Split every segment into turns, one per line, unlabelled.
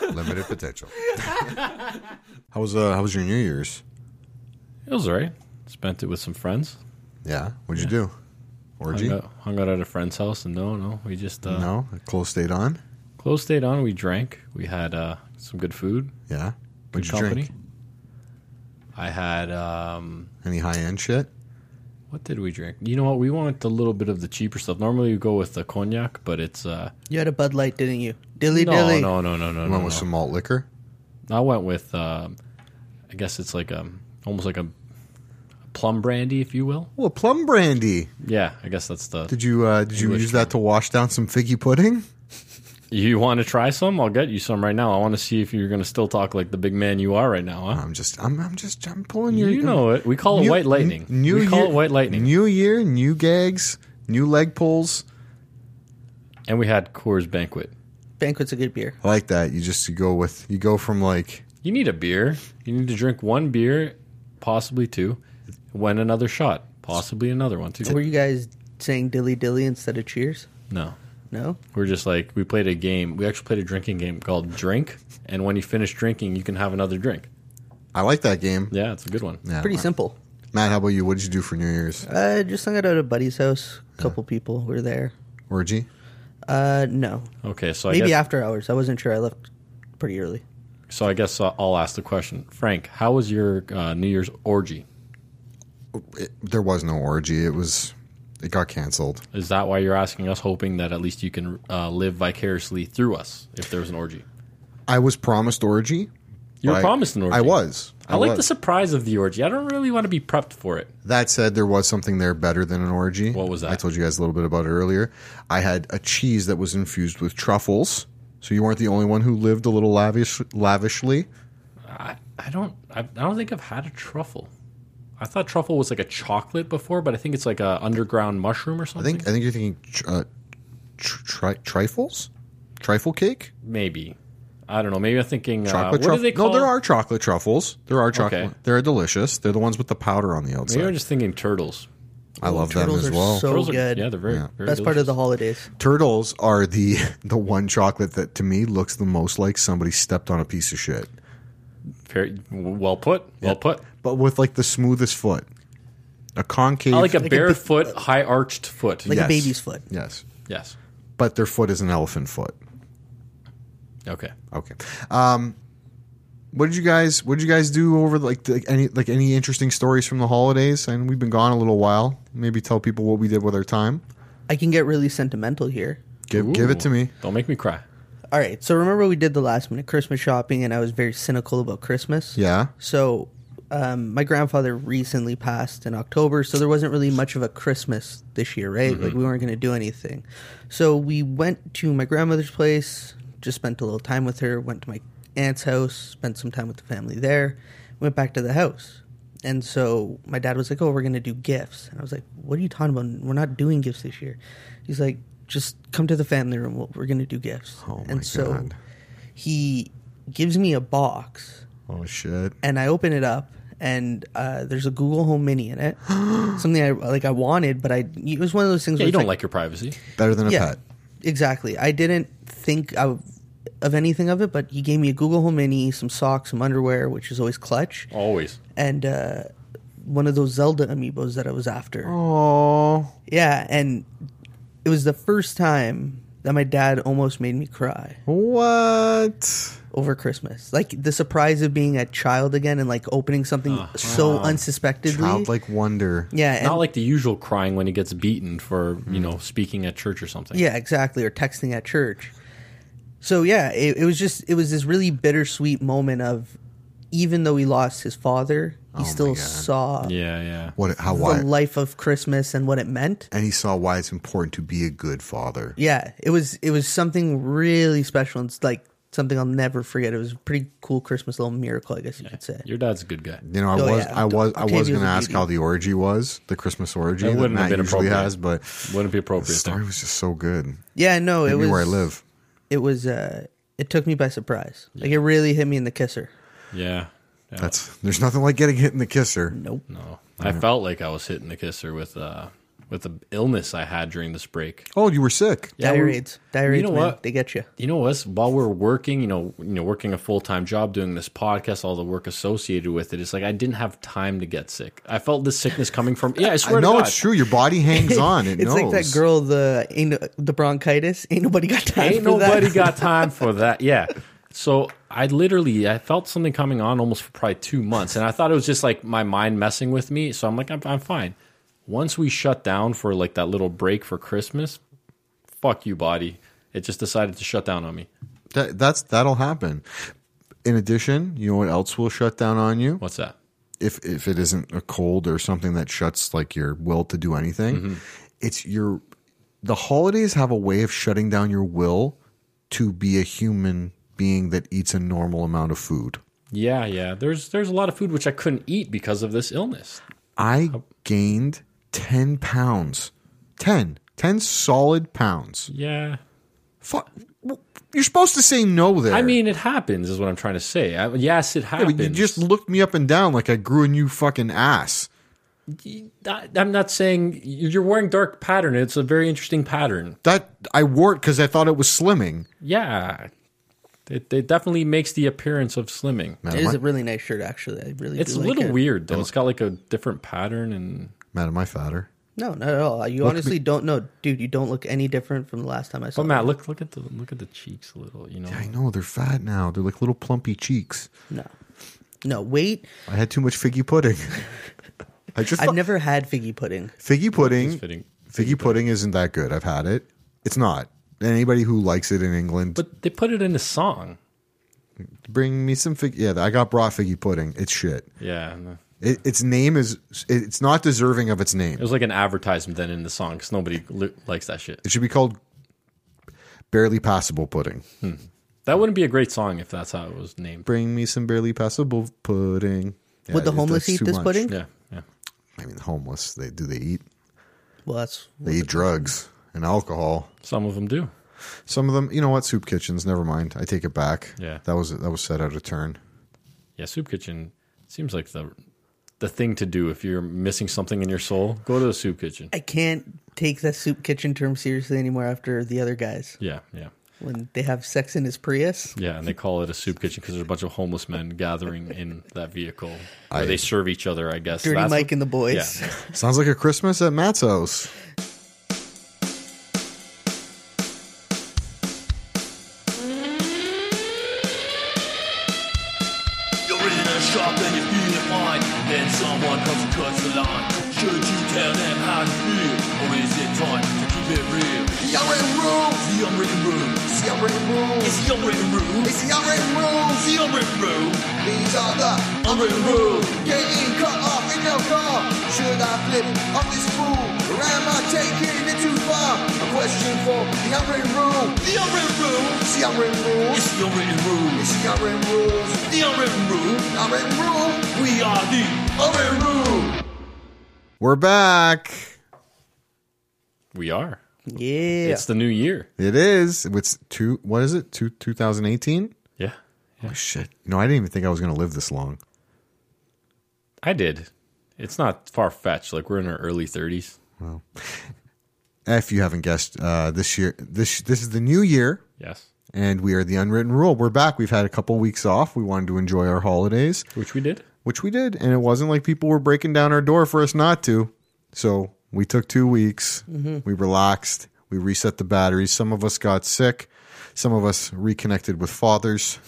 Limited potential. how was uh, how was your New Year's?
It was alright. Spent it with some friends.
Yeah, what'd you do? Orgy?
Hung out, hung out at a friend's house, and no, no, we just uh,
No, close stayed on.
close stayed on. We drank. We had uh, some good food.
Yeah,
Good
what'd you
company.
drink?
I had um,
Any high end shit?
what did we drink? You know what? We want a little bit of the cheaper stuff. Normally we go with the cognac, but it's uh,
You had a Bud Light, didn't you? Dilly
no,
dilly.
no, no, no, no,
You
no,
went with
no.
some malt liquor.
I went with, um, I guess it's like um, almost like a plum brandy, if you will.
Well, plum brandy.
Yeah, I guess that's the.
Did you uh, did you
English
use that to wash down some figgy pudding?
you want to try some? I'll get you some right now. I want to see if you're going to still talk like the big man you are right now, huh?
I'm just I'm I'm just I'm pulling your.
You know it. We call it
New-
white lightning.
n- New
we call
year,
it white lightning.
New year, new gags, new leg pulls.
and we had Coors Banquet.
Banquet's a good beer.
I like that. You just you go with you go from like
You need a beer. You need to drink one beer, possibly two, when another shot, possibly another one too.
Were you guys saying dilly dilly instead of cheers?
no.
No.
We're just like we played a game. We actually played a drinking game called Drink, and when you finish drinking, you can have another drink.
I like that game.
Yeah, it's a good one.
Yeah,
Pretty
Matt.
simple.
Matt, how about you? What did you do for New Year's?
Uh, just hung out at a buddy's house. A
Uh.
couple people were there.
Orgy?
Uh, no.
Okay, so I
Maybe
guess
after hours. I wasn't sure. I left pretty early.
so I guess uh, I'll ask the question, Frank. How was your uh, New Year's orgy?
It, there was no orgy. It was it got canceled.
Is that why you're asking us, hoping that at least you can uh, live vicariously through us if there was an orgy?
I was promised orgy.
You were
but I-
promised an orgy.
I was.
I, like
was.
the surprise of the orgy. I don't really want to be prepped for it.
That said, there was something there better than an orgy.
What was that?
I told you guys a little bit about it earlier. I had a cheese that was infused with truffles. So you weren't the only one who lived a little lavish, lavishly.
I, I don't I, I don't think I've had a truffle. I thought truffle was like a chocolate before, but I think it's like a underground mushroom or
I
something.
think I think you're thinking tr- uh, tr- tri- trifles, trifle cake,
maybe. I don't know. Maybe I'm thinking. Uh,
chocolate
what do
truffle.
they call?
No, there are chocolate truffles. There are chocolate.
Okay.
They're delicious. They're the ones with the powder on the
Maybe I'm
outside.
just thinking turtles.
I love them
Turtles
as
are
well.
so
turtles
good.
Are, yeah, they're very.
Yeah.
very
Best part of
delicious.
the holidays.
Turtles are the the one chocolate that to me looks the most like somebody stepped on a piece of shit,
Very, well put. Well put.
but with like the smoothest foot, a concave.
I like a
a big-
barefoot, high arched foot.
Like
Yes.
a baby's foot.
yes,
yes.
but their foot is an elephant foot.
Okay.
Okay. Um, what did you guys What did you guys do over like the, any like any interesting stories from the holidays? And we've been gone a little while. Maybe tell people what we did with our time.
I can get really sentimental here.
Give Give it to
Ooh.
me.
Don't make me cry.
All right. So remember we did the last minute Christmas shopping and I was very cynical about Christmas.
Yeah.
So um, my grandfather recently passed in October, so there wasn't really much of a Christmas this year, right?
Mm-hmm.
Like we weren't going to do anything. So we went to my grandmother's place, just spent a little time with her, went to my aunt's house, spent some time with the family there, went back to the house. And so my dad was like, "Oh, we're going to do gifts." And I was like, "What are you talking about? We're not doing gifts this year." He's like, "Just come to the family room. We'll- We're going to do gifts."
Oh, my
and so
God.
he gives me a box
Oh shit.
and I open it up, and uh, there's a Google Home Mini in it. Something I like I wanted, but I it was one of those things.
Yeah,
where
you
it's
don't like your privacy.
Better than a
yeah,
pet.
exactly. I didn't think of, of anything of it, but he gave me a Google Home Mini, some socks, some underwear, which is always clutch,
Always.
and uh, one of those Zelda amiibos that I was after.
Oh.
Yeah, and it was the first time that my dad almost made me cry
What?
over Christmas. Like the surprise of being a child again and like opening something so unsuspectedly.
Childlike wonder.
Yeah, and,
Uh-huh. Not like the usual crying when he gets beaten for
Mm.
you know speaking at church or something.
yeah, exactly, or texting at church. So yeah, it, it was just it was this really bittersweet moment of even though he lost his father, he
Oh my
still
God.
saw
Yeah, yeah.
What? How?
the
Why?
life of Christmas and what it meant.
and he saw why it's important to be a good father.
Yeah, it was it was something really special. and It's like something I'll never forget. It was a pretty cool Christmas little miracle, I guess you could say.
Your dad's a good guy.
You know, I
Oh,
was,
yeah.
I was, I was
Octavio's
going to
a
ask
beauty.
how the orgy was, the Christmas orgy. That,
wouldn't have
Matt
been
usually
appropriate.
has, but
Wouldn't
the
be appropriate.
story
There.
was just so good.
Yeah, no, it
Hit me
was
where I live.
It was uh it took me by surprise. Like it really hit me in the kisser.
Yeah. Yeah.
That's there's nothing like getting hit in the kisser.
Nope.
no. I felt like I was hitting the kisser with uh with the illness I had during this break.
Oh, you were sick.
Yeah, we-
Diarrheas. Diarrheas,
know
man.
what?
They get you.
You know what? While we're working, you know, you know, working a full time job, doing this podcast, all the work associated with it, it's like I didn't have time to get sick. I felt this sickness coming from. Yeah, I
I
swear to
know
God.
it's true. Your body hangs on. It
it's
knows.
like that girl, the ain't no- the bronchitis. Ain't nobody got time
Ain't
for that.
nobody got time for that. Yeah. So I literally I felt something coming on almost for probably two months, and I thought it was just like my mind messing with me. So I'm like, I'm, I'm fine. Once we shut down for like that little break for Christmas, fuck you, body. It just decided to shut down on me.
That, that's that'll happen. In addition, you know what else will shut down on you?
What's that?
if if it isn't a cold or something that shuts like your will to do anything,
Mm-hmm.
it's your the holidays have a way of shutting down your will to be a human being that eats a normal amount of food.
Yeah, yeah. There's there's a lot of food which I couldn't eat because of this illness.
I gained 10 pounds. 10 10 solid pounds.
Yeah.
Fuck. You're supposed to say no there.
I mean, it happens is what I'm trying to say. I, yes, it
I
happens.
mean, you just looked me up and down like I grew a new fucking ass.
I, am not saying you're wearing dark pattern. It's a very interesting pattern.
That I wore it because I thought it was slimming.
Yeah. It, it definitely makes the appearance of slimming.
Man,
It is
my-
a really nice shirt, actually. I really.
It's
do
a
like
little
it.
weird though. It's got like a different pattern and
man, am I fatter?
No, not at all. You honestly don't know, dude. You don't look any different from the last time I saw.
But
you.
Oh, Matt, look look at the look at the cheeks a little, you know.
I know they're fat now. They're like little plumpy cheeks.
No, no. Wait,
I had too much figgy pudding. I just
I've
thought-
never had figgy pudding.
figgy pudding.
It's fitting.
Figgy pudding isn't that good. I've had it. It's not. Anybody who likes it in England,
But they put it in a song.
bring me some fig. Yeah, I got brought figgy pudding. It's shit.
Yeah. and
It, its name is. It's not deserving of its
It
name.
was like an advertisement then in the song cuz nobody li- likes that shit.
It should be called barely passable pudding.
That wouldn't be a great song if that's how it was named.
Bring me some barely passable pudding. Yeah,
Would the
it-
homeless
that's
eat
too
this
much.
pudding?
Yeah, yeah.
I mean, homeless. They do they eat?
Well, that's
They eat drugs and alcohol.
Some of them do.
Some of them, you know what? Soup kitchens. Never mind. I take it back.
Yeah.
that was that was set out of turn.
Yeah, soup kitchen seems like the the thing to do if you're missing something in your soul. Go to the soup kitchen.
I can't take the soup kitchen term seriously anymore after the other guys
Yeah, yeah.
when they have sex in his Prius.
Yeah, and they call it a soup kitchen because there's a bunch of homeless men gathering in that vehicle. Where
I-
they serve each other, I guess.
Dirty
That's-
Mike and the boys.
Yeah.
Sounds like a Christmas at Matt's house.
You're in a shop and you're feeling fine. Then someone comes and cuts the line. Should you tell them how to feel? Or is it time to keep it real?
The unwritten rules.
It's the unwritten rule.
It's the unwritten rules.
It's the unwritten rule. It's
It's the unwritten rules.
the unwritten rule.
These are the
Unwritten rule.
getting cut off in your car. Should I flip on this fool? Or am I taking it too far? A question for the unwritten rule.
The unwritten rule.
It's the unwritten rules.
It's the unwritten rule.
It's the unwritten rules.
It's the unwritten rule.
Unwritten rule.
We are the unwritten rule.
We're back.
We are.
Yeah.
It's the new year.
It is. It's two. What is it? Two 2018.
Yeah.
Oh shit! You know, I didn't even think I was going to live this long.
I did. It's not far fetched. Like, we're in our early 30s.
If you haven't guessed, uh, this year, this this is the new year,
Yes.
and we are the unwritten rule. We're back. We've had a couple weeks off. We wanted to enjoy our holidays,
Which we did.
which we did, and it wasn't like people were breaking down our door for us not to. So we took two weeks.
Mm-hmm.
We relaxed. We reset the batteries. Some of us got sick. Some of us reconnected with fathers.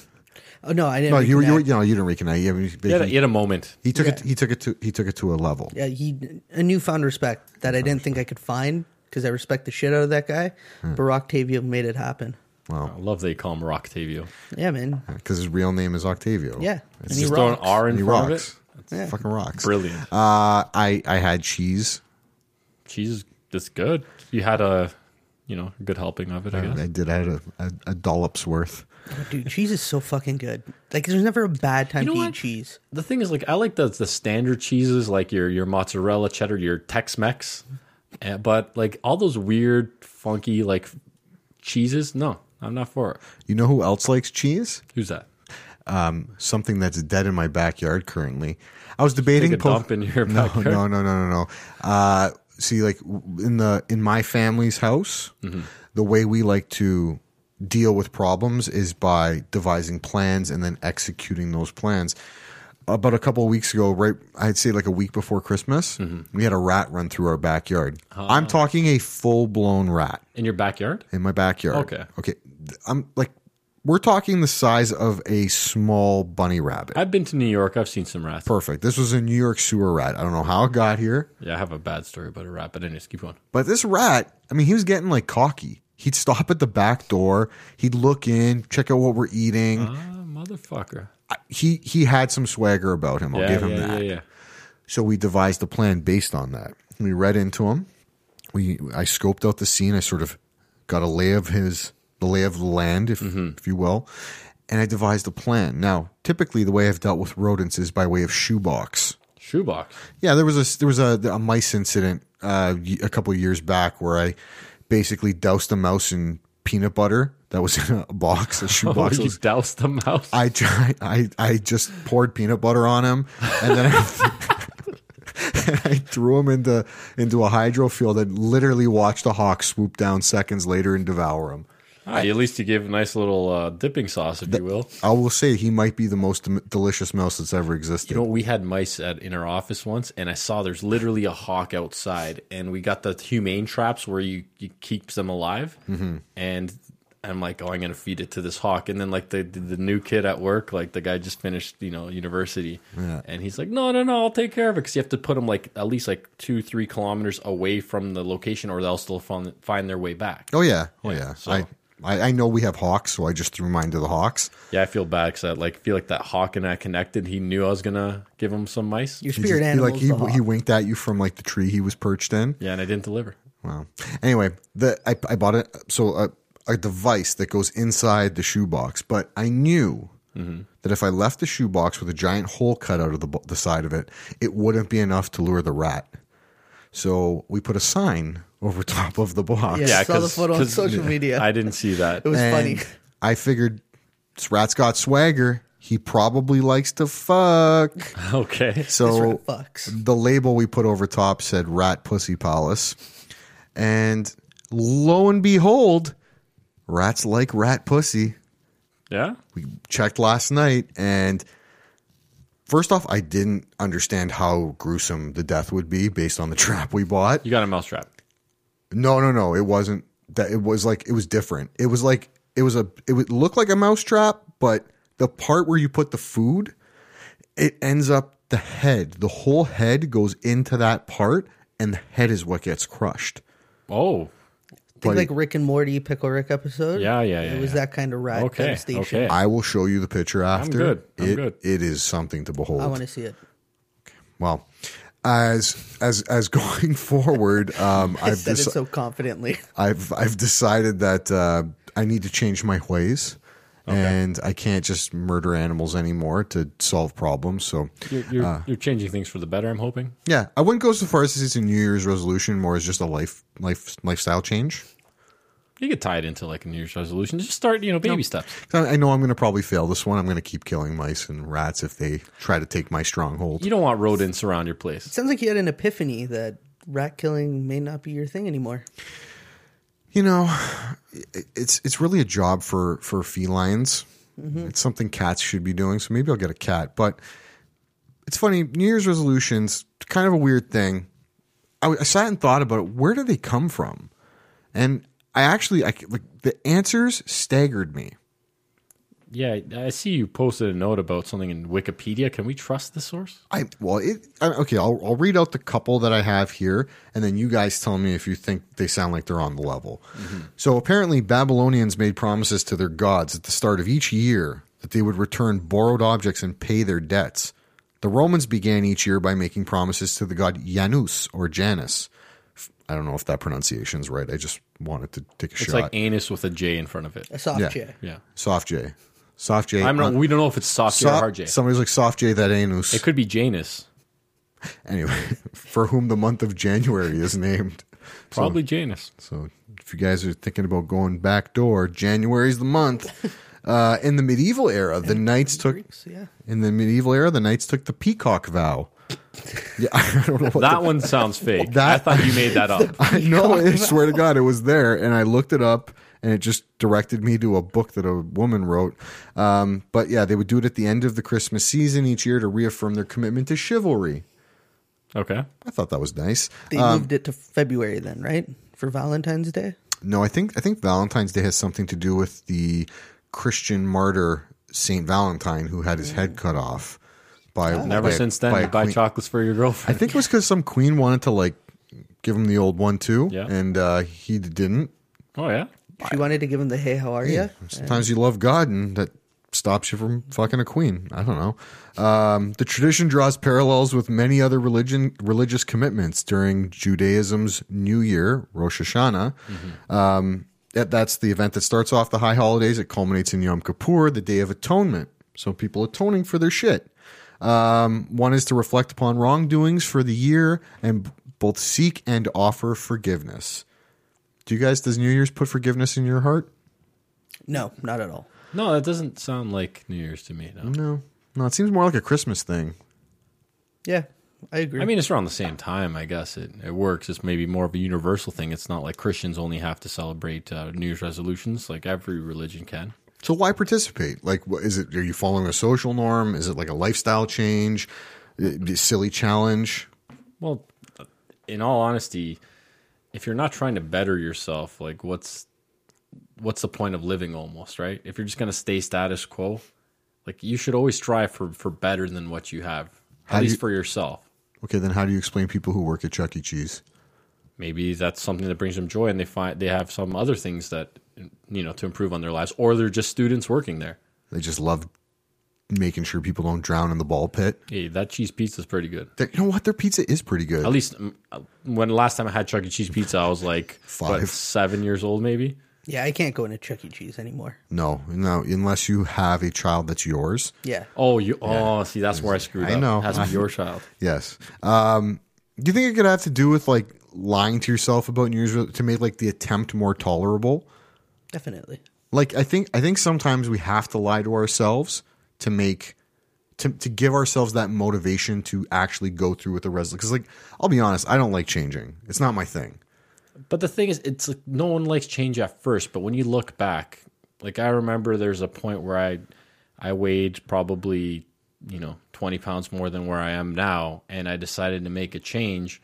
Oh no, I didn't.
No, you, were- you, were-
reconnect.
no, you didn't reconnect. You haven't-
You had a, you had a moment.
He took it. He took it to. He took it to a level.
Yeah, he a newfound respect that I didn't think I could find because I respect the shit out of that guy.
Hmm.
But Octavio made it happen.
I love they call him Rocktavio.
Yeah, man.
Because his real name is Octavio.
Yeah, and
It's
he
Just
just
throw an
rocks.
R in
he
front
rocks.
of
Yeah.
Fucking rocks.
it. Brilliant.
Uh, I I had cheese.
Cheese is that's good. You had a, you know, good helping of it, I guess.
I did. I had a, a, a dollop's worth.
Dude, cheese is so fucking good. Like, there's never a bad time
You know
to
what?
eat cheese.
The thing is, like, I like the the standard cheeses, like your your mozzarella, cheddar, your Tex Mex, Eh, but like all those weird, funky, like cheeses. No, I'm not for it.
You know who else likes cheese?
Who's that?
Something that's dead in my backyard currently. I was debating.
Take a dump in your
no,
backyard.
no, no, no, no, no. Uh, see like w- in the in my family's house
Mm-hmm.
the way we like to deal with problems is by devising plans and then executing those plans about a couple of weeks ago right i'd say like a week before christmas
Mm-hmm.
we had a rat run through our backyard
Ah.
i'm talking a full-blown rat
in your backyard.
in my backyard
Okay.
okay i'm like we're talking the size of a small bunny rabbit
I've been to New York. I've seen some rats.
perfect this was a new york sewer rat i don't know how it got here
Yeah, I have a bad story about a rat, but anyways, keep going.
But this rat, I mean, he was getting like cocky. He'd stop at the back door. He'd look in, check out what we're eating.
Ah, motherfucker.
I- He he had some swagger about him. I'll
Yeah,
give him
yeah,
that.
yeah, yeah.
So we devised a plan based on that. We read into him. We I scoped out the scene. I sort of got a lay of his the lay of the land, if if you will, and I devised a plan. Now, typically, the way I've dealt with rodents is by way of shoebox.
Shoebox.
Yeah, there was a there was a, a mice incident uh, y- a couple of years back where I basically doused a mouse in peanut butter that was in a box, a
Oh,
shoebox.
you doused the mouse.
I tried, I I just poured peanut butter on him, and then I, and I threw him into into a hydro field and literally watched a hawk swoop down seconds later and devour him.
Ah, at least you gave a nice little uh, dipping sauce, if you will.
I will say he might be the most dem- delicious mouse that's ever existed.
You know, we had mice at in our office once, and I saw there's literally a hawk outside, and we got the humane traps where you, you keep them alive, and I'm like, oh, I'm gonna feed it to this hawk, and then like the the, the new kid at work, like the guy just finished you know university, and he's like, no, no, no, I'll take care of it because you have to put them like at least like two three kilometers away from the location, or else they'll find find their way back.
oh yeah, oh yeah.
so-
I, I I know we have hawks, so I just threw mine to the hawks.
Yeah, I feel bad because I like feel like that hawk and I connected. He knew I was gonna give him some mice.
Your
He
spirit
just- he,
animal.
Like
is
he
the hawk.
he winked at you from like the tree he was perched in.
Yeah, and I didn't deliver.
Wow. Anyway, the I I bought it so a, a device that goes inside the shoebox, but I knew that if I left the shoebox with a giant hole cut out of the bo- the side of it, it wouldn't be enough to lure the rat. So we put a sign over top of the box.
Yeah, I saw the
'cause-
photo on
'cause
social media.
I didn't see that.
It was funny.
And I figured this rat's got swagger. He probably likes to fuck.
okay.
So
Fucks.
the label we put over top said Rat Pussy Palace. And lo and behold, rats like rat pussy.
Yeah.
We checked last night and first off, I didn't understand how gruesome the death would be based on the trap we bought.
You got a mousetrap.
No, no, no. It wasn't that it was like it was different. It was like it was a it would look like a mouse trap, but the part where you put the food, it ends up the head. The whole head goes into that part and the head is what gets crushed.
Oh.
Think
But
like Rick and Morty Pickle Rick episode.
Yeah, yeah, yeah,
It was
yeah.
that kind of rat
Okay,
devastation.
okay.
I will show you the picture after.
good. I'm
it,
good.
It is something to behold.
I want to see it.
well, as as as going forward, um,
I
I've
said
deci-
it so confidently.
I've I've decided that uh, I need to change my ways, and I can't just murder animals anymore to solve problems. So,
You're, you're, you're changing things for the better, I'm hoping.
yeah, I wouldn't go so far as it's a New Year's resolution, more as just a life life lifestyle change.
You could tie it into like a New Year's resolution. Just start, you know, baby steps.
'Cause I I know I'm going to probably fail this one. I'm going to keep killing mice and rats if they try to take my stronghold.
You don't want rodents around your place.
Sounds like you had an epiphany that rat killing may not be your thing anymore.
You know, it- it's it's really a job for for felines. It's something cats should be doing. So maybe I'll get a cat. But it's funny. New Year's resolutions, kind of a weird thing. I, w- I sat and thought about it. Where do they come from? And I actually, I c like the answers staggered me.
Yeah, I see you posted a note about something in Wikipedia. Can we trust the source?
I well, it, I, okay. I'll I'll read out the couple that I have here, and then you guys tell me if you think they sound like they're on the level. So apparently, Babylonians made promises to their gods at the start of each year that they would return borrowed objects and pay their debts. The Romans began each year by making promises to the god Janus or Janus. F- I don't know if that pronunciation's right. I just wanted to take a
It's
shot.
like anus with a J in front of it.
A soft
Yeah.
chair.
Yeah.
soft J, soft J.
I'm not,
uh,
we don't know if it's soft J or
soft-
hard J.
Somebody's like soft J that anus.
It could be Janus.
anyway, for whom the month of January is named.
Probably Janus.
So if you guys are thinking about going back door, January's the month. Uh, in the medieval era, the knights took
Greeks, yeah.
in the medieval era the knights took the peacock vow. Yeah, I don't know what
That one sounds fake. I
That-
thought you made that up.
I know. I swear to God, it was there, and I looked it up, and it just directed me to a book that a woman wrote. Um, but yeah, they would do it at the end of the Christmas season each year to reaffirm their commitment to chivalry.
Okay.
I thought that was nice.
They moved it to February then, right? For Valentine's Day?
No, I think I think Valentine's Day has something to do with the Christian martyr Saint Valentine who had his head cut off by
Never
by a-
since then,
by a
you buy
queen.
chocolates for your
I
girlfriend.
think it was because some queen wanted to like give him the old one too,
Yeah.
and uh, he didn't.
Oh yeah.
She wanted to give him the hey, how are you?
Sometimes you love God, and that stops you from fucking a queen. I don't know. Um, the tradition draws parallels with many other religion religious commitments during Judaism's New Year, Rosh Hashanah. Um, that, that's the event that starts off the high holidays. It culminates in Yom Kippur, the Day of Atonement. So people atoning for their shit. Um, one is to reflect upon wrongdoings for the year and b- both seek and offer forgiveness. Do you guys, does New Year's put forgiveness in your heart?
No, not at all.
No, that doesn't sound like New Year's to me. No.
No, no, it seems more like a Christmas thing.
Yeah, I agree.
I mean, it's around the same time. I guess it, it works. It's maybe more of a universal thing. It's not like Christians only have to celebrate uh, New Year's resolutions. Like every religion can.
So why participate? Like, what, is it? Are you following a social norm? Is it like a lifestyle change? It'd be a silly challenge?
Well, in all honesty, if you're not trying to better yourself, like what's what's the point of living almost, right? If you're just going to stay status quo, like you should always strive for for better than what you have, at
do
least
you-
for yourself.
Okay, then how do you explain people who work at Chuck E. Cheese?
Maybe that's something that brings them joy and they find they have some other things that you know to improve on their lives or they're just students working there.
They just love making sure people don't drown in the ball pit.
Hey, that cheese pizza is pretty good.
They- you know what? Their pizza is pretty good.
At least um, when the last time I had Chuck E. Cheese pizza, I was like What,
Five.
seven years old, maybe.
yeah, I can't go into Chuck E. Cheese anymore.
no, no, unless you have a child that's yours.
Yeah.
Oh, you. Oh, see, that's where I screwed
I
up.
know.
Has to be your child.
Yes. Um, do you think it could have to do with like lying to yourself about New Year's to make like the attempt more tolerable?
Definitely.
like i think i think sometimes we have to lie to ourselves to make to, to give ourselves that motivation to actually go through with the resolution because like i'll be honest i don't like changing it's not my thing
But the thing is, it's like no one likes change at first. But when you look back, like I remember, there's a point where I, I weighed probably you know 20 pounds more than where I am now, and I decided to make a change,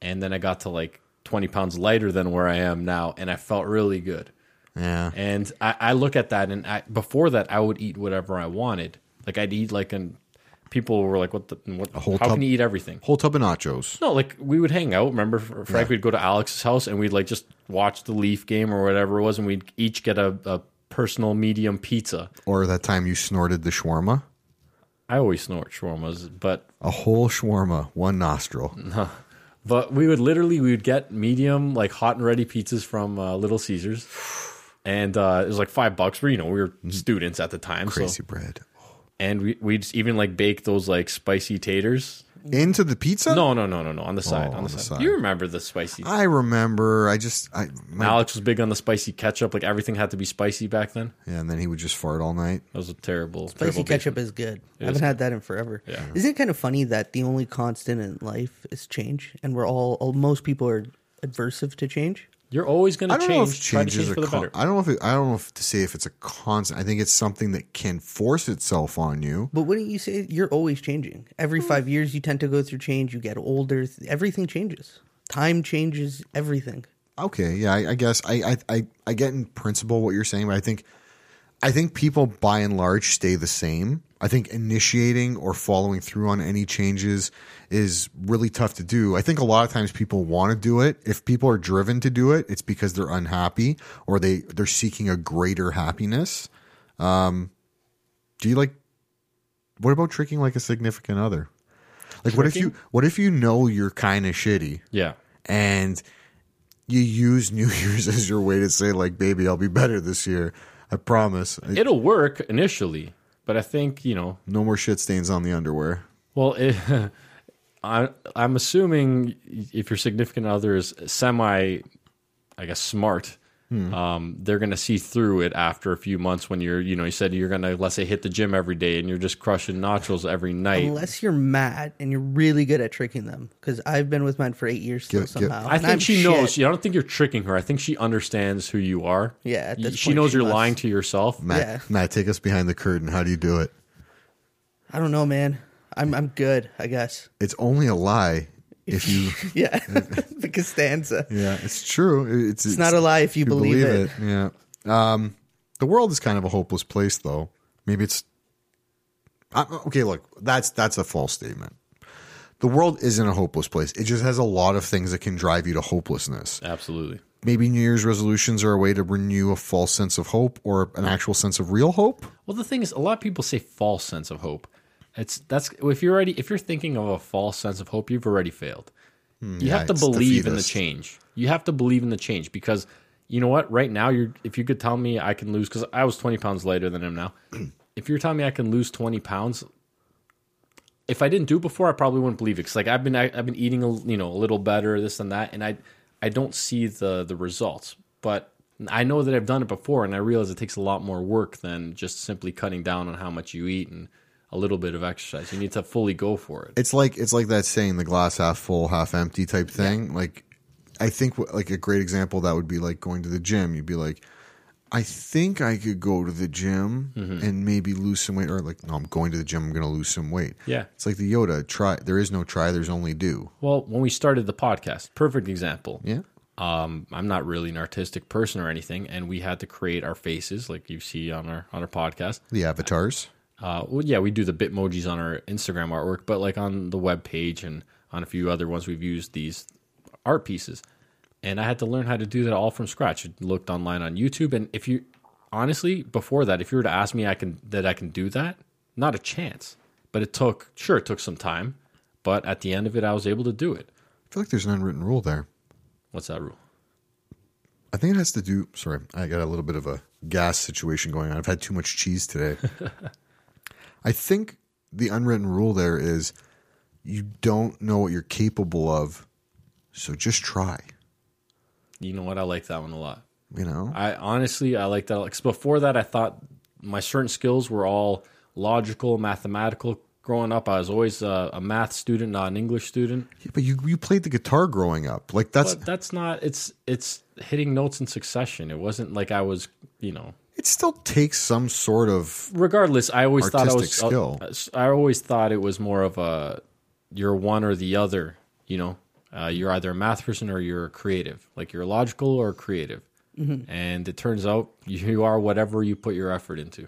and then I got to like 20 pounds lighter than where I am now, and I felt really good.
yeah
And I, I look at that, and I, before that, I would eat whatever I wanted. Like I'd eat like an. People were like, "What? The, what
whole
how
tub-
can you eat everything?"
whole tub of nachos
No, like we would hang out. Remember, Fr- Frank, we'd go to Alex's house and we'd like just watch the Leaf game or whatever it was, and we'd each get a, a personal medium pizza.
or that time you snorted the shawarma
I always snort shawarmas, but
a whole shawarma one nostril
but we would literally we would get medium like hot and ready pizzas from uh, Little Caesars, and uh, it was like five bucks for you know we were students at the time,
crazy
so
bread
and we we'd even like bake those like spicy taters.
into the pizza
No, no, no, no, no, on the side, Oh, on, the, side. You remember the spicy?
i remember i just i my,
Alex was big on the spicy ketchup. Like everything had to be spicy back then.
yeah, and then he would just fart all night
That was a terrible.
Spicy
terrible bacon.
ketchup is good. I haven't had that in forever.
Yeah.
Isn't it kind of funny that the only constant in life is change, and we're all, all most people are aversive to change?
You're always going
I
to
don't know if
change. Try to
change
change
is a
for the
con-
better.
I don't know if it, I don't know if to say if it's a constant. I think it's something that can force itself on you.
But wouldn't you say you're always changing? Every five years, you tend to go through change. You get older. th- Everything changes. Time changes everything.
Okay, yeah, I, I guess I, I I I get in principle what you're saying, but I think I think people by and large stay the same. I think initiating or following through on any changes is really tough to do. I think a lot of times people want to do it. If people are driven to do it, it's because they're unhappy or they they're seeking a greater happiness. Um, do you like? What about tricking like a significant other? Like, what if you what if you know you're kind of shitty?
yeah.
and you use New Year's as your way to say, like, baby, I'll be better this year. I promise. I-
It'll work initially, but I think, you know,
No more shit stains on the underwear.
well, it, I, I'm assuming if your significant other is semi, I guess, smart,
Hmm.
Um, they're going to see through it after a few months when you're, you know, you said you're going to, let's say, hit the gym every day and you're just crushing nachos every night.
Unless you're mad and you're really good at tricking them, because I've been with mine for eight years still
Give- give-
somehow.
I
and I'm
think she
shit.
knows. Yeah, I don't think you're tricking her. I think she understands who you are.
Yeah, at
Y-
this
she
point,
knows
she
you're
must.
lying to yourself.
Matt,
Yeah.
Matt, take us behind the curtain. How do you do it?
I don't know, man. I'm I'm good, I guess.
It's only a lie if you.
Yeah, the Costanza.
yeah, it's true. It's,
It's not a lie if you, believe, it.
Yeah. Um, the world is kind of a hopeless place, though. Maybe it's. I, okay, look, that's that's a false statement. The world isn't a hopeless place. It just has a lot of things that can drive you to hopelessness.
Absolutely.
Maybe New Year's resolutions are a way to renew a false sense of hope or an actual sense of real hope.
Well, the thing is, a lot of people say false sense of hope. It's that's if you're already if you're thinking of a false sense of hope, you've already failed. you
Hmm, yeah,
have to
it's
believe in the
defeatist.
change. You have to believe in the change because you know what? Right now, you're if you could tell me I can lose because I was 20 pounds lighter than him now. if you're telling me I can lose 20 pounds, if I didn't do it before, I probably wouldn't believe it. Cause like I've been, I, I've been eating a, you know, a little better, this and that. And I, I don't see the, the results, but I know that I've done it before and I realize it takes a lot more work than just simply cutting down on how much you eat and a little bit of exercise. You need to fully go for it.
it's like it's like that saying the glass half full half empty type thing like i think wh- like a great example of that would be like going to the gym you'd be like i think i could go to the gym and maybe lose some weight or like no i'm going to the gym i'm going to lose some weight
Yeah.
it's like the yoda try there is no try there's only do
Well, when we started the podcast, perfect example.
yeah
um, I'm not really an artistic person or anything, and we had to create our faces, like you see on our on our podcast.
the avatars
Uh, well, yeah, we do the Bitmojis on our Instagram artwork, but like on the web page and on a few other ones, we've used these art pieces, and I had to learn how to do that all from scratch. I looked online on YouTube, and if you honestly before that, if you were to ask me, I can that I can do that, not a chance. But it took sure it took some time, but at the end of it, I was able to do it.
i feel like there's an unwritten rule there
What's that rule?
i think it has to do sorry i got a little bit of a gas situation going on i've had too much cheese today i think the unwritten rule there is you don't know what you're capable of, so just try.
You know what? I like that one a lot.
You know,
I honestly I like that because before that I thought my certain skills were all logical, mathematical. Growing up, I was always a, a math student, not an English student.
but you you played the guitar growing up, like that's
But that's not it's it's hitting notes in succession. It wasn't like I was you know.
it. Still takes some sort of
Regardless, I always thought I was uh,
Artistic skill.
I always thought it was more of a you're one or the other. You know, uh, you're either a math person or you're a creative. Like you're logical or creative. And it turns out you are whatever you put your effort into.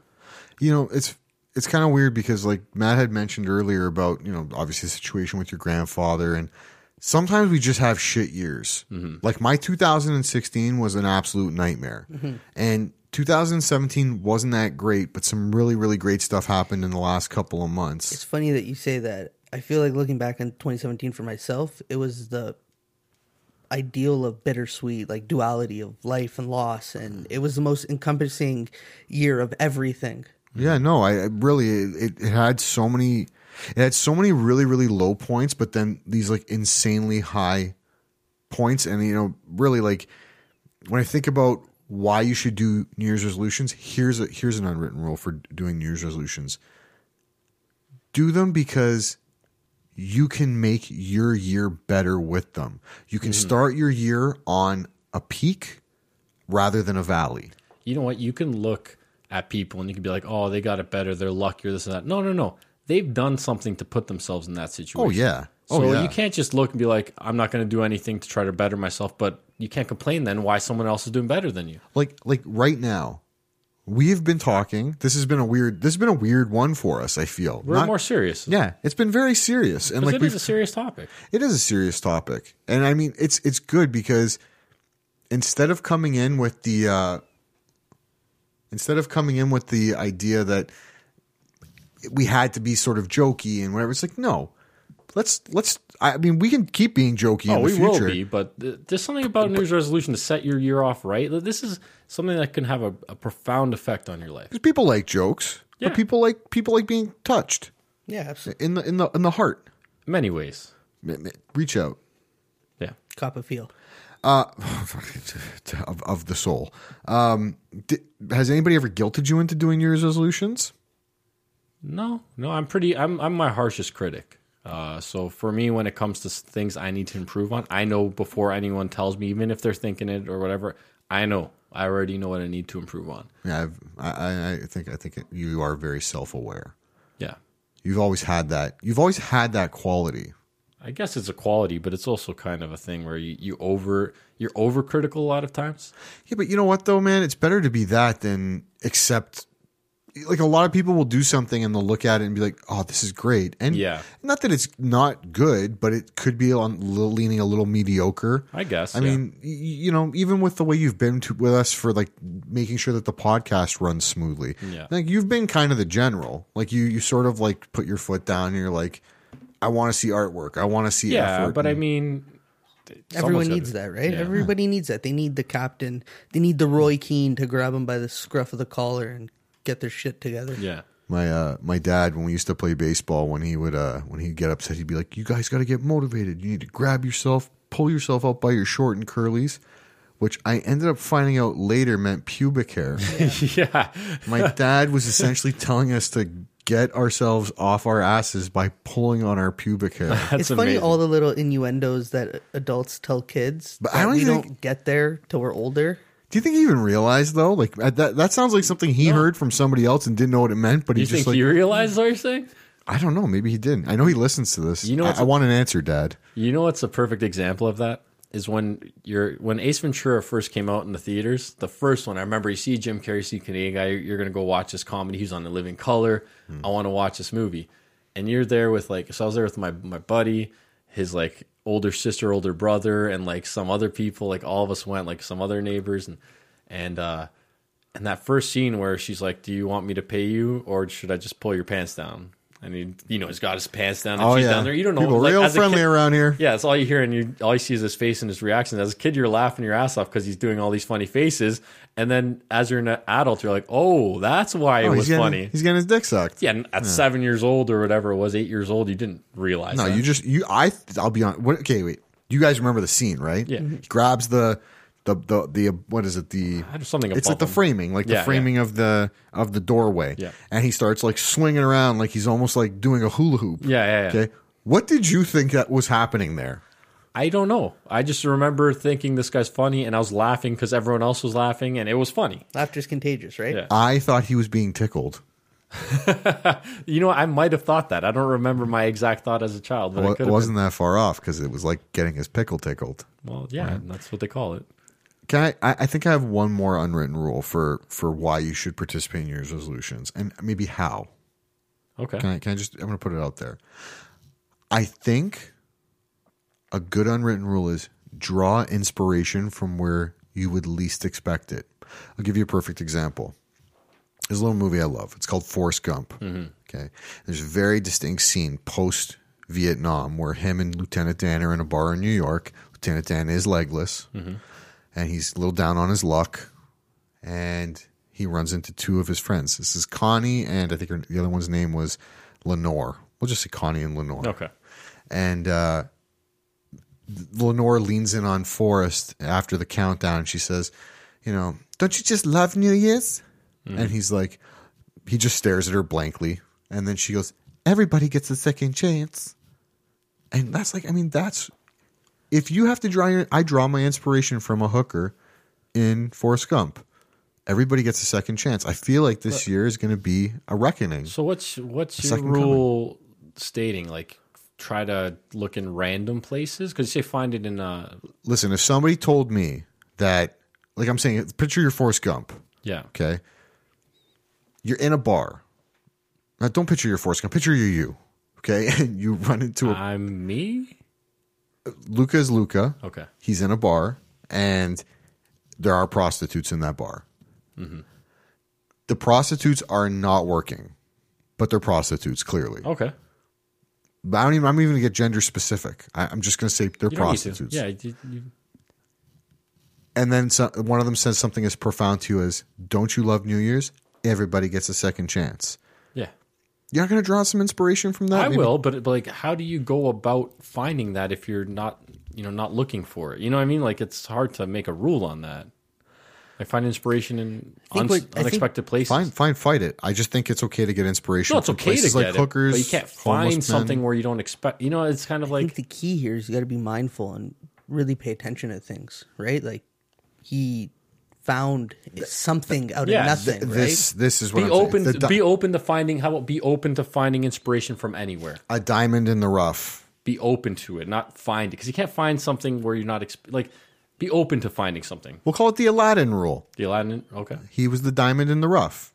you know it's it's kind of weird because like Matt had mentioned earlier about you know obviously the situation with your grandfather and sometimes we just have shit years. Like my 2016 was an absolute nightmare, and 2017 wasn't that great, but some really really great stuff happened in the last couple of months.
It's funny that you say that. I feel like looking back on 2017 for myself, it was the ideal of bittersweet, like duality of life and loss, and it was the most encompassing year of everything.
Yeah, no, I I really it, it had so many it had so many really really low points, but then these like insanely high points and you know really like when I think about why you should do New Year's resolutions, here's a here's an unwritten rule for doing New Year's resolutions. Do them because you can make your year better with them. You can
Mm-hmm.
start your year on a peak rather than a valley.
you know what? You can look at people and you can be like, oh, they got it better. They're luckier, this and that. No, no, no. They've done something to put themselves in that situation.
Oh yeah. Oh
So
yeah.
you can't just look and be like, I'm not going to do anything to try to better myself, but you can't complain then why someone else is doing better than you.
like like right now we've been talking this has been a weird this has been a weird one for us i feel
We're
Not-
more serious.
yeah it's been very serious and
'Cause
like
it
we've
is a serious topic.
it is a serious topic and i mean it's it's good because instead of coming in with the uh instead of coming in with the idea that we had to be sort of jokey and whatever it's like no let's let's i mean we can keep being jokey
Oh,
in the
we will
future
be, but th- there's something about a New Year's resolution to set your year off right. This is something that can have a, a profound effect on your life.
because people like jokes
Yeah.
but people like people like being touched
Yeah, absolutely.
in the in the in the heart
Many ways.
M- m- reach out.
Yeah.
Cop a feel.
Uh, of, of the soul. Um, di- has anybody ever guilted you into doing New Year's resolutions?
No, no, I'm pretty. I'm I'm my harshest critic. Uh, so for me, when it comes to s- things I need to improve on, I know before anyone tells me, even if they're thinking it or whatever, I know. I already know what I need to improve on.
Yeah, I've, I, I- I think I think you are very self aware.
Yeah,
You've always had that. You've always had that quality.
I guess it's a quality, but it's also kind of a thing where you, you over you're overcritical a lot of times.
Yeah, but you know what though, man? It's better to be that than accept. Like a lot of people will do something and they'll look at it and be like, "Oh, this is great," and
Yeah.
not that it's not good, but it could be on leaning a little mediocre.
I guess,
I
yeah.
mean, y- you know, even with the way you've been to, with us for like making sure that the podcast runs smoothly,
Yeah.
like you've been kind of the general. Like you, you sort of like put your foot down and you're like, "I want to see artwork. I want to see
Yeah,
effort."
but I
and-
mean,
Everyone
someone's gotta-
needs that, right?
Yeah.
Everybody needs that. They need the captain. They need the Roy Keane to grab them by the scruff of the collar and get their shit together.
Yeah,
My uh, my dad, when we used to play baseball, when he would uh, when he'd get upset, he'd be like, "You guys got to get motivated. You need to grab yourself, pull yourself up by your short and curlies," which I ended up finding out later meant pubic hair.
yeah,
my dad was essentially telling us to get ourselves off our asses by pulling on our pubic hair.
that's
it's funny
amazing.
all the little innuendos that adults tell kids.
But
that
I don't
we
think-
don't get there till we're older.
Do you think he even realized though? Like at that that sounds like something he heard from somebody else and didn't know what it meant, but
you
he just
think
like
you realize what you're saying?
I don't know, maybe he didn't. I know he listens to this.
You know
I,
what's-
I want an answer, Dad.
You know what's a perfect example of that is when you're when Ace Ventura first came out in the theaters. The first one I remember, you see Jim Carrey, you see Canadian guy. You're gonna go watch this comedy. He's on The Living Color. I want to watch this movie, and you're there with like so I was there with my my buddy, his like older sister, older brother, and like some other people. Like all of us went, like some other neighbors, and and uh, and that first scene where she's like, "Do you want me to pay you, or should I just pull your pants down?" And he, you know, he's got his pants down, and
Oh
she's
yeah,
down there. You don't know,
People
like,
real
as a kid-
friendly around here.
yeah, that's all you hear, and you all you see is his face and his reaction. As a kid, you're laughing your ass off because he's doing all these funny faces, and then as you're an adult, you're like, "Oh, that's why it
Oh,
was
he's getting,
funny."
He's getting his dick sucked.
yeah, and at seven years old or whatever it was, eight years old, you didn't realize.
No,
that.
you just you. I I'll be on. What, okay, wait. You guys remember the scene, right?
Yeah. Mhm.
He grabs the the the the what is it the
I had something.
it's
above
like the
him.
framing, like
Yeah,
the framing of the of the doorway.
Yeah.
And he starts like swinging around, like he's almost like doing a hula hoop.
Yeah, yeah, yeah.
Okay. What did you think that was happening there?
I don't know. I just remember thinking this guy's funny, and I was laughing because everyone else was laughing, and it was funny.
Laughter's contagious, right?
Yeah.
I thought he was being tickled.
You know, I might have thought that. I don't remember my exact thought as a child, but
Well,
it
it
could have
wasn't that far off because it was like getting his pickle tickled.
been. Well, yeah, and that's what they call it.
Can I, I? I think I have one more unwritten rule for for why you should participate in New Year's resolutions and maybe how.
Okay.
Can I, can I just? I'm going to put it out there. I think a good unwritten rule is draw inspiration from where you would least expect it. I'll give you a perfect example. There's a little movie I love. It's called Forrest Gump. Okay, there's a very distinct scene post Vietnam where him and Lieutenant Dan are in a bar in New York. Lieutenant Dan is legless, and he's a little down on his luck and he runs into two of his friends. This is Connie, and I think her, the other one's name was Lenore. We'll just say Connie and Lenore.
Okay.
And uh, Lenore leans in on Forrest after the countdown. and She says, "You know, don't you just love New Year's?" And he's like, he just stares at her blankly, and then she goes, "Everybody gets a second chance." And that's like, I mean, that's if you have to draw your, I draw my inspiration from a hooker in Forrest Gump. Everybody gets a second chance. I feel like this year is going to be a reckoning.
So what's what's your
second coming.
rule stating like try to look in random places because you say find it in uh
Listen, if somebody told me that, like I'm saying, picture your Forrest Gump,
yeah
okay? You're in a bar. Now, don't picture your Forrest Gump. Picture your you, okay? And you run into a
I'm me
Luca is Luca.
okay
He's in a bar, and there are prostitutes in that bar.
Mm-hmm.
The prostitutes are not working, but they're prostitutes clearly.
okay
But I don't even. I'm even gonna get gender specific. I, I'm just gonna say they're
you don't need to.
prostitutes.
yeah you, you,
And then some, one of them says something as profound to you as, "Don't you love New Year's? Everybody gets a second chance."
yeah
You're not gonna draw some inspiration from that.
I
Maybe-
will but, but like how do you go about finding that if you're not you know not looking for it. You know what I mean? Like it's hard to make a rule on that. I find inspiration in
think
uns-
what- I think-
unexpected places.
Fine, fine, fight it. I just think it's okay to get inspiration
No, it's
from
okay to
places
get
like
it,
hookers.
but you can't
homeless men.
find something where you don't expect. You know, it's kind of
I think
like
the key here is you got to be mindful and really pay attention to things, right? Like he found something out
Yeah,
of nothing, right?
This, this is what
be
I'm
open.
Saying. The di-
be open to finding. How about be open to finding inspiration from anywhere?
a diamond in the rough.
Be open to it, not find it, because you can't find something where you're not exp- like. Be open to finding something.
We'll call it the Aladdin rule.
The Aladdin. Okay,
He was the diamond in the rough.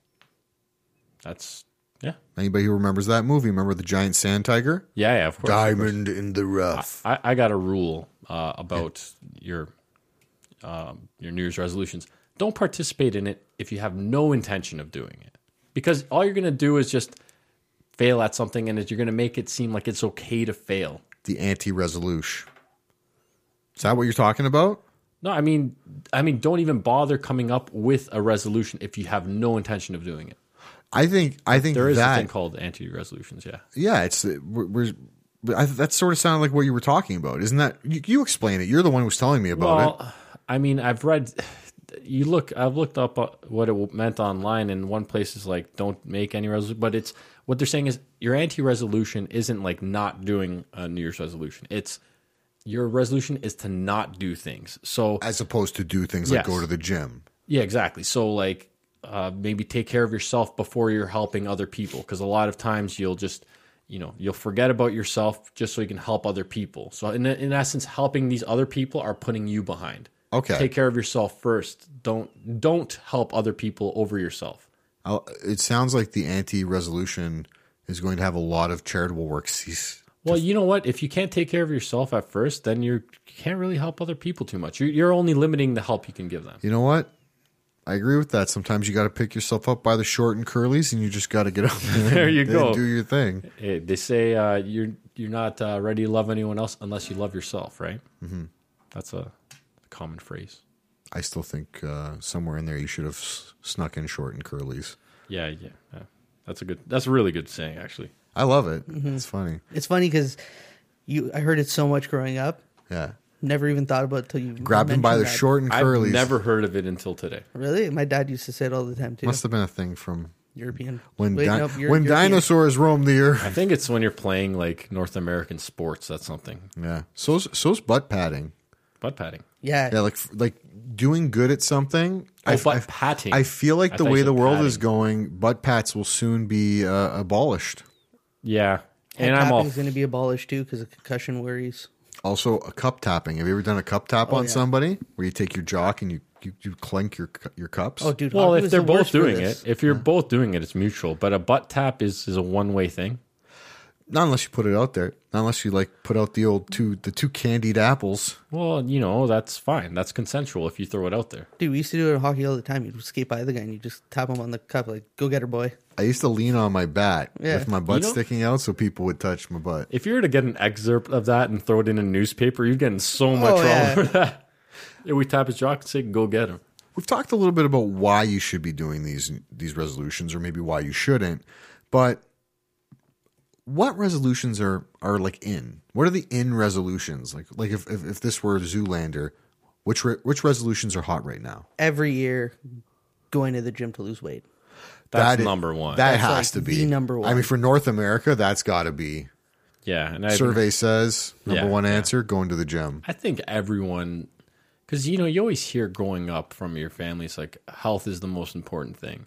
that's yeah,
Anybody who remembers that movie, remember the giant sand tiger?
yeah, yeah. Of course.
Diamond in the rough.
I, I got a rule uh, about your um, your New Year's resolutions. Don't participate in it if you have no intention of doing it, because all you're going to do is just fail at something, and it- you're going to make it seem like it's okay to fail.
The anti-resolution. Is that what you're talking about?
No, I mean, I mean, don't even bother coming up with a resolution if you have no intention of doing it.
I think I think
There is
that
a thing called anti-resolutions. Yeah,
yeah, it's uh, we're, we're but I, that sort of sounded like what you were talking about, isn't that? You, you explain it. You're the one who's telling me about it.
Well, I mean, I've read. You look. I've looked up uh, what it meant online, and one place is like, "Don't make any resolution." But it's what they're saying is your anti-resolution isn't like not doing a New Year's resolution. It's your resolution is to not do things. So
As opposed to do things like
Yes.
go to the gym.
yeah, exactly. So like uh, maybe take care of yourself before you're helping other people because a lot of times you'll just you know you'll forget about yourself just so you can help other people. So in in essence, helping these other people are putting you behind.
Okay.
Take care of yourself first. Don't don't help other people over yourself.
I'll, it sounds like the anti-resolution is going to have a lot of charitable work cease.
Well, you know what? If you can't take care of yourself at first, then you're, you can't really help other people too much. You're, you're only limiting the help you can give them.
You know what? I agree with that. Sometimes you got to pick yourself up by the short and curlies, and you just got to get up there.
There you
and
go.
Do your thing.
Hey, they say uh, you're you're not uh, ready to love anyone else unless you love yourself, right? Mm-hmm. That's a common phrase.
I still think uh, somewhere in there you should have s- snuck in short and curlies.
Yeah, yeah, yeah. That's a good. That's a really good saying, actually.
I love it.
Mm-hmm.
It's funny.
It's funny because you I heard it so much growing up.
Yeah.
Never even thought about it till you
Grabbed him by the
mentioned that.
short and curlies.
I've never heard of it until today.
Really, my dad used to say it all the time too.
Must have been a thing from
European
when
Wait,
di-
nope, Euro-
when
European.
dinosaurs roamed the
I
earth.
think it's when you're playing like North American sports. That's something.
Yeah. So's so's butt patting.
Butt patting.
Yeah,
Yeah, like like doing good at something.
Oh,
I,
butt
I-
patting.
I feel like
I
the
thought you
way
said
the world
patting.
is going, butt pats will soon be uh, abolished.
Yeah,
Head
and I'm all
tapping's going to be abolished too because of concussion worries.
Also, a cup tapping. Have you ever done a cup tap on
Oh, yeah.
somebody where you take your jock and you you, you clink your cu- your cups?
Oh, dude.
well.
hockey
If
was
they're
the
both
worst for
doing
this.
it, if you're both doing it, it's mutual. But a butt tap is is a one way thing.
Not unless you put it out there. Not unless you like put out the old two the two candied apples.
Well, you know that's fine. That's consensual if you throw it out there.
Dude, we used to do it in hockey all the time. You'd skate by the guy and you just tap him on the cup, like, go get her, boy.
I used to lean on my back
Yeah.
with my butt
You know-
sticking out so people would touch my butt.
If you were to get an excerpt of that and throw it in a newspaper, you're getting so much
Oh,
trouble
yeah.
for that. Yeah, we tap his jock and say, "Go get him."
We've talked a little bit about why you should be doing these these resolutions or maybe why you shouldn't. But what resolutions are are like in? What are the in resolutions? Like like if if, if this were Zoolander, which re, which resolutions are hot right now?
Every year, going to the gym to lose weight.
That's
That i-
number one.
That
That's,
has
like,
to be
the number
I
one.
mean, for North America, that's got to be.
yeah, and I
Survey says number
Yeah,
one
yeah.
answer: going to the gym.
I think everyone, because you know, you always hear growing up from your family, it's like health is the most important thing,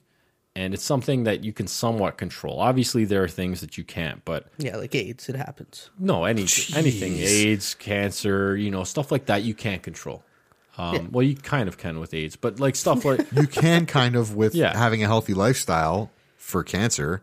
and it's something that you can somewhat control. Obviously, there are things that you can't, but
Yeah, like AIDS, it happens.
No, any anything, AIDS, cancer, you know, stuff like that you can't control. Um, Well, you kind of can with AIDS, but like stuff like
You can kind of with
Yeah.
having a healthy lifestyle for cancer.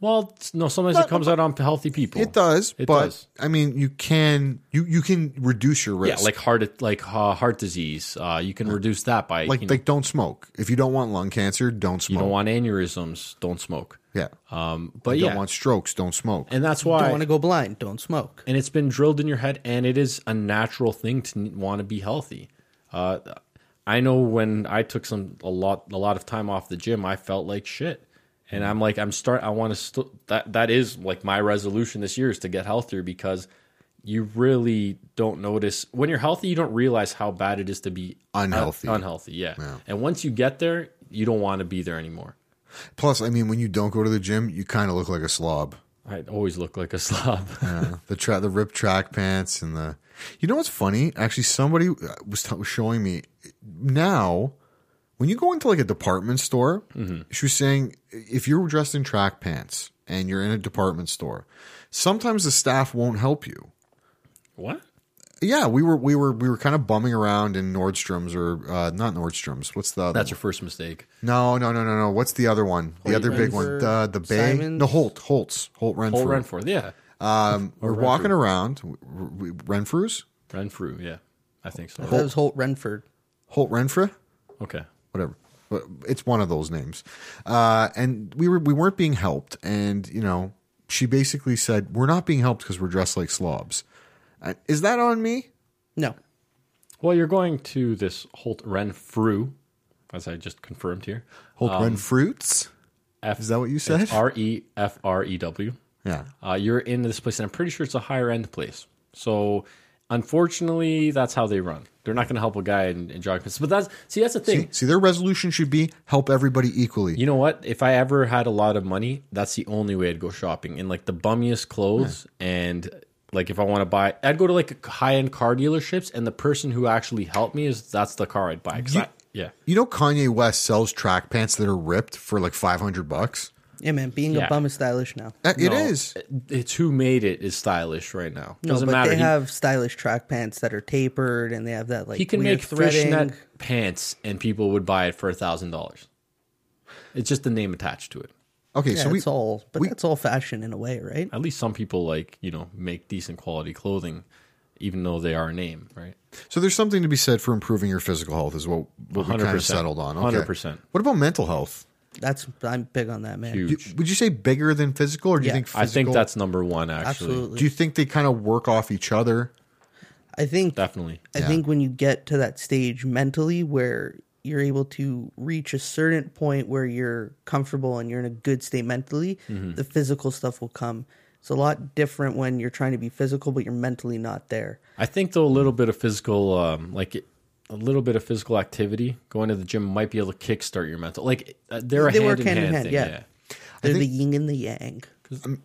well, it's- no, sometimes it comes out on healthy people.
It does,
It
but
does.
I mean, you can you you can reduce your
Yeah,
risk.
like heart, like uh, heart disease. Uh, you can reduce that by
like
you, know,
like don't smoke. If you don't want lung cancer, don't
you
smoke.
don't want aneurysms, don't smoke.
yeah,
Um, but
you
yeah,
don't want strokes, don't smoke.
and that's
Don't
why,
want to go blind. Don't smoke.
and it's been drilled in your head, and it is a natural thing to want to be healthy. Uh, I know when I took some a lot a lot of time off the gym, I felt like shit, and I'm like I'm start I want to st- that that is like my resolution this year is to get healthier because you really don't notice when you're healthy. You don't realize how bad it is to be un-
Unhealthy.
unhealthy, yeah.
Yeah.
And once you get there, you don't want to be there anymore.
Plus, I mean, when you don't go to the gym, you kind of look like a slob.
I always look like a slob.
Yeah. the tra- the ripped track pants and the. You know what's funny? Actually, somebody uh, was, t- was showing me now. When you go into like a department store,
Mm-hmm.
she was saying if you're dressed in track pants and you're in a department store, sometimes the staff won't help you.
what?
Yeah, we were we were we were kind of bumming around in Nordstrom's or uh, not Nordstrom's. What's the other
That's your first mistake.
No, no, no, no, no. What's the other one? The other big one.
Renfrew,
The the Bay.
Simons.
No, Holt. Holt's. Holt Renfrew. Um,
Whole Renfrew, Oh, yeah.
We're walking around. W- w- Renfrews.
Renfrew, yeah. I think so.
That was Holt Renford.
Holt Renfrew.
Okay.
Whatever. But It's one of those names. Uh, and we were we weren't being helped, and you know she basically said we're not being helped because we're dressed like slobs. Uh, is that on me?
No.
Well, you're going to this Holt Renfrew, as I just confirmed here.
Holt
Um,
Renfrews.
F-
Is that what you said?
R E F R E W.
yeah.
Uh, you're in this place, and I'm pretty sure it's a higher end place. So, unfortunately, that's how they run. They're not going to help a guy in, in jogging pants. But that's see, that's the thing.
See, their resolution should be help everybody equally.
You know what? If I ever had a lot of money, that's the only way I'd go shopping in like the bummiest clothes and like if I want to buy, I'd go to like high end car dealerships, and the person who actually helped me is that's the car I'd buy. 'Cause
You-
I- yeah,
You know Kanye West sells track pants that are ripped for like 500 bucks?
Yeah, man. Being
Yeah.
a bum is stylish now.
Uh, It
No,
is.
It's who made it is stylish right now.
No,
Doesn't
but
matter.
they
He-
have stylish track pants that are tapered, and they have that like
he, can
weird
make
threading.
fishnet pants, and people would buy it for a thousand dollars. It's just the name attached to it.
Okay,
Yeah,
so we
it's all, but
we-
that's all fashion in a way, right?
At least some people like you know make decent quality clothing, even though they are a name, right?
so there's something to be said for improving your physical health is what, what we kind of
100%.
settled on. Okay.
100%.
What about mental health?
That's I'm big on that, man.
Do-
Huge.
would you say bigger than physical or do you
Yeah.
think physical
I think that's number one. Actually,
Absolutely.
Do you think they kind of work off each other?
I think
definitely.
I think when you get to that stage mentally where you're able to reach a certain point where you're comfortable and you're in a good state mentally,
Mm-hmm.
the physical stuff will come. It's a lot different when you're trying to be physical, but you're mentally not there.
I think though a little bit of physical, um, like it- a little bit of physical activity, going to the gym might be able to kickstart your mental. Like uh, they're a
They
hand
work
in hand,
hand in hand,
thing.
yeah.
yeah.
They're the
think-
yin and the yang.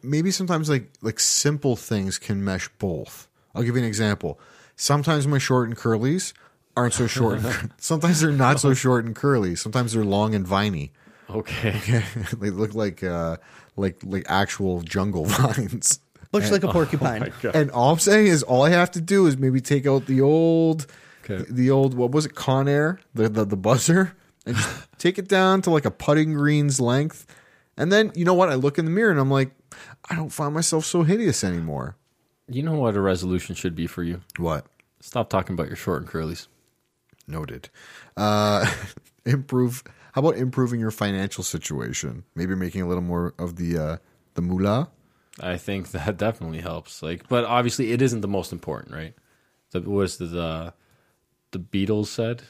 maybe sometimes like like simple things can mesh both. I'll give you an example. Sometimes my short and curlies aren't so short. and- sometimes they're not so short and curly. Sometimes they're long and viney.
Okay.
they look like uh like like actual jungle vines.
Bush
oh
like a porcupine.
And all I'm saying is all I have to do is maybe take out the old
Okay.
the old what was it, Conair, the the, the buzzer, and just take it down to like a putting green's length. And then you know what? I look in the mirror and I'm like, I don't find myself so hideous anymore.
you know what a resolution should be for you?
What?
Stop talking about your short and curlies.
Noted. Uh improve how about improving your financial situation? Maybe making a little more of the uh the moolah.
I think that definitely helps. Like, but obviously it isn't the most important, right? The, what is the, the the Beatles said?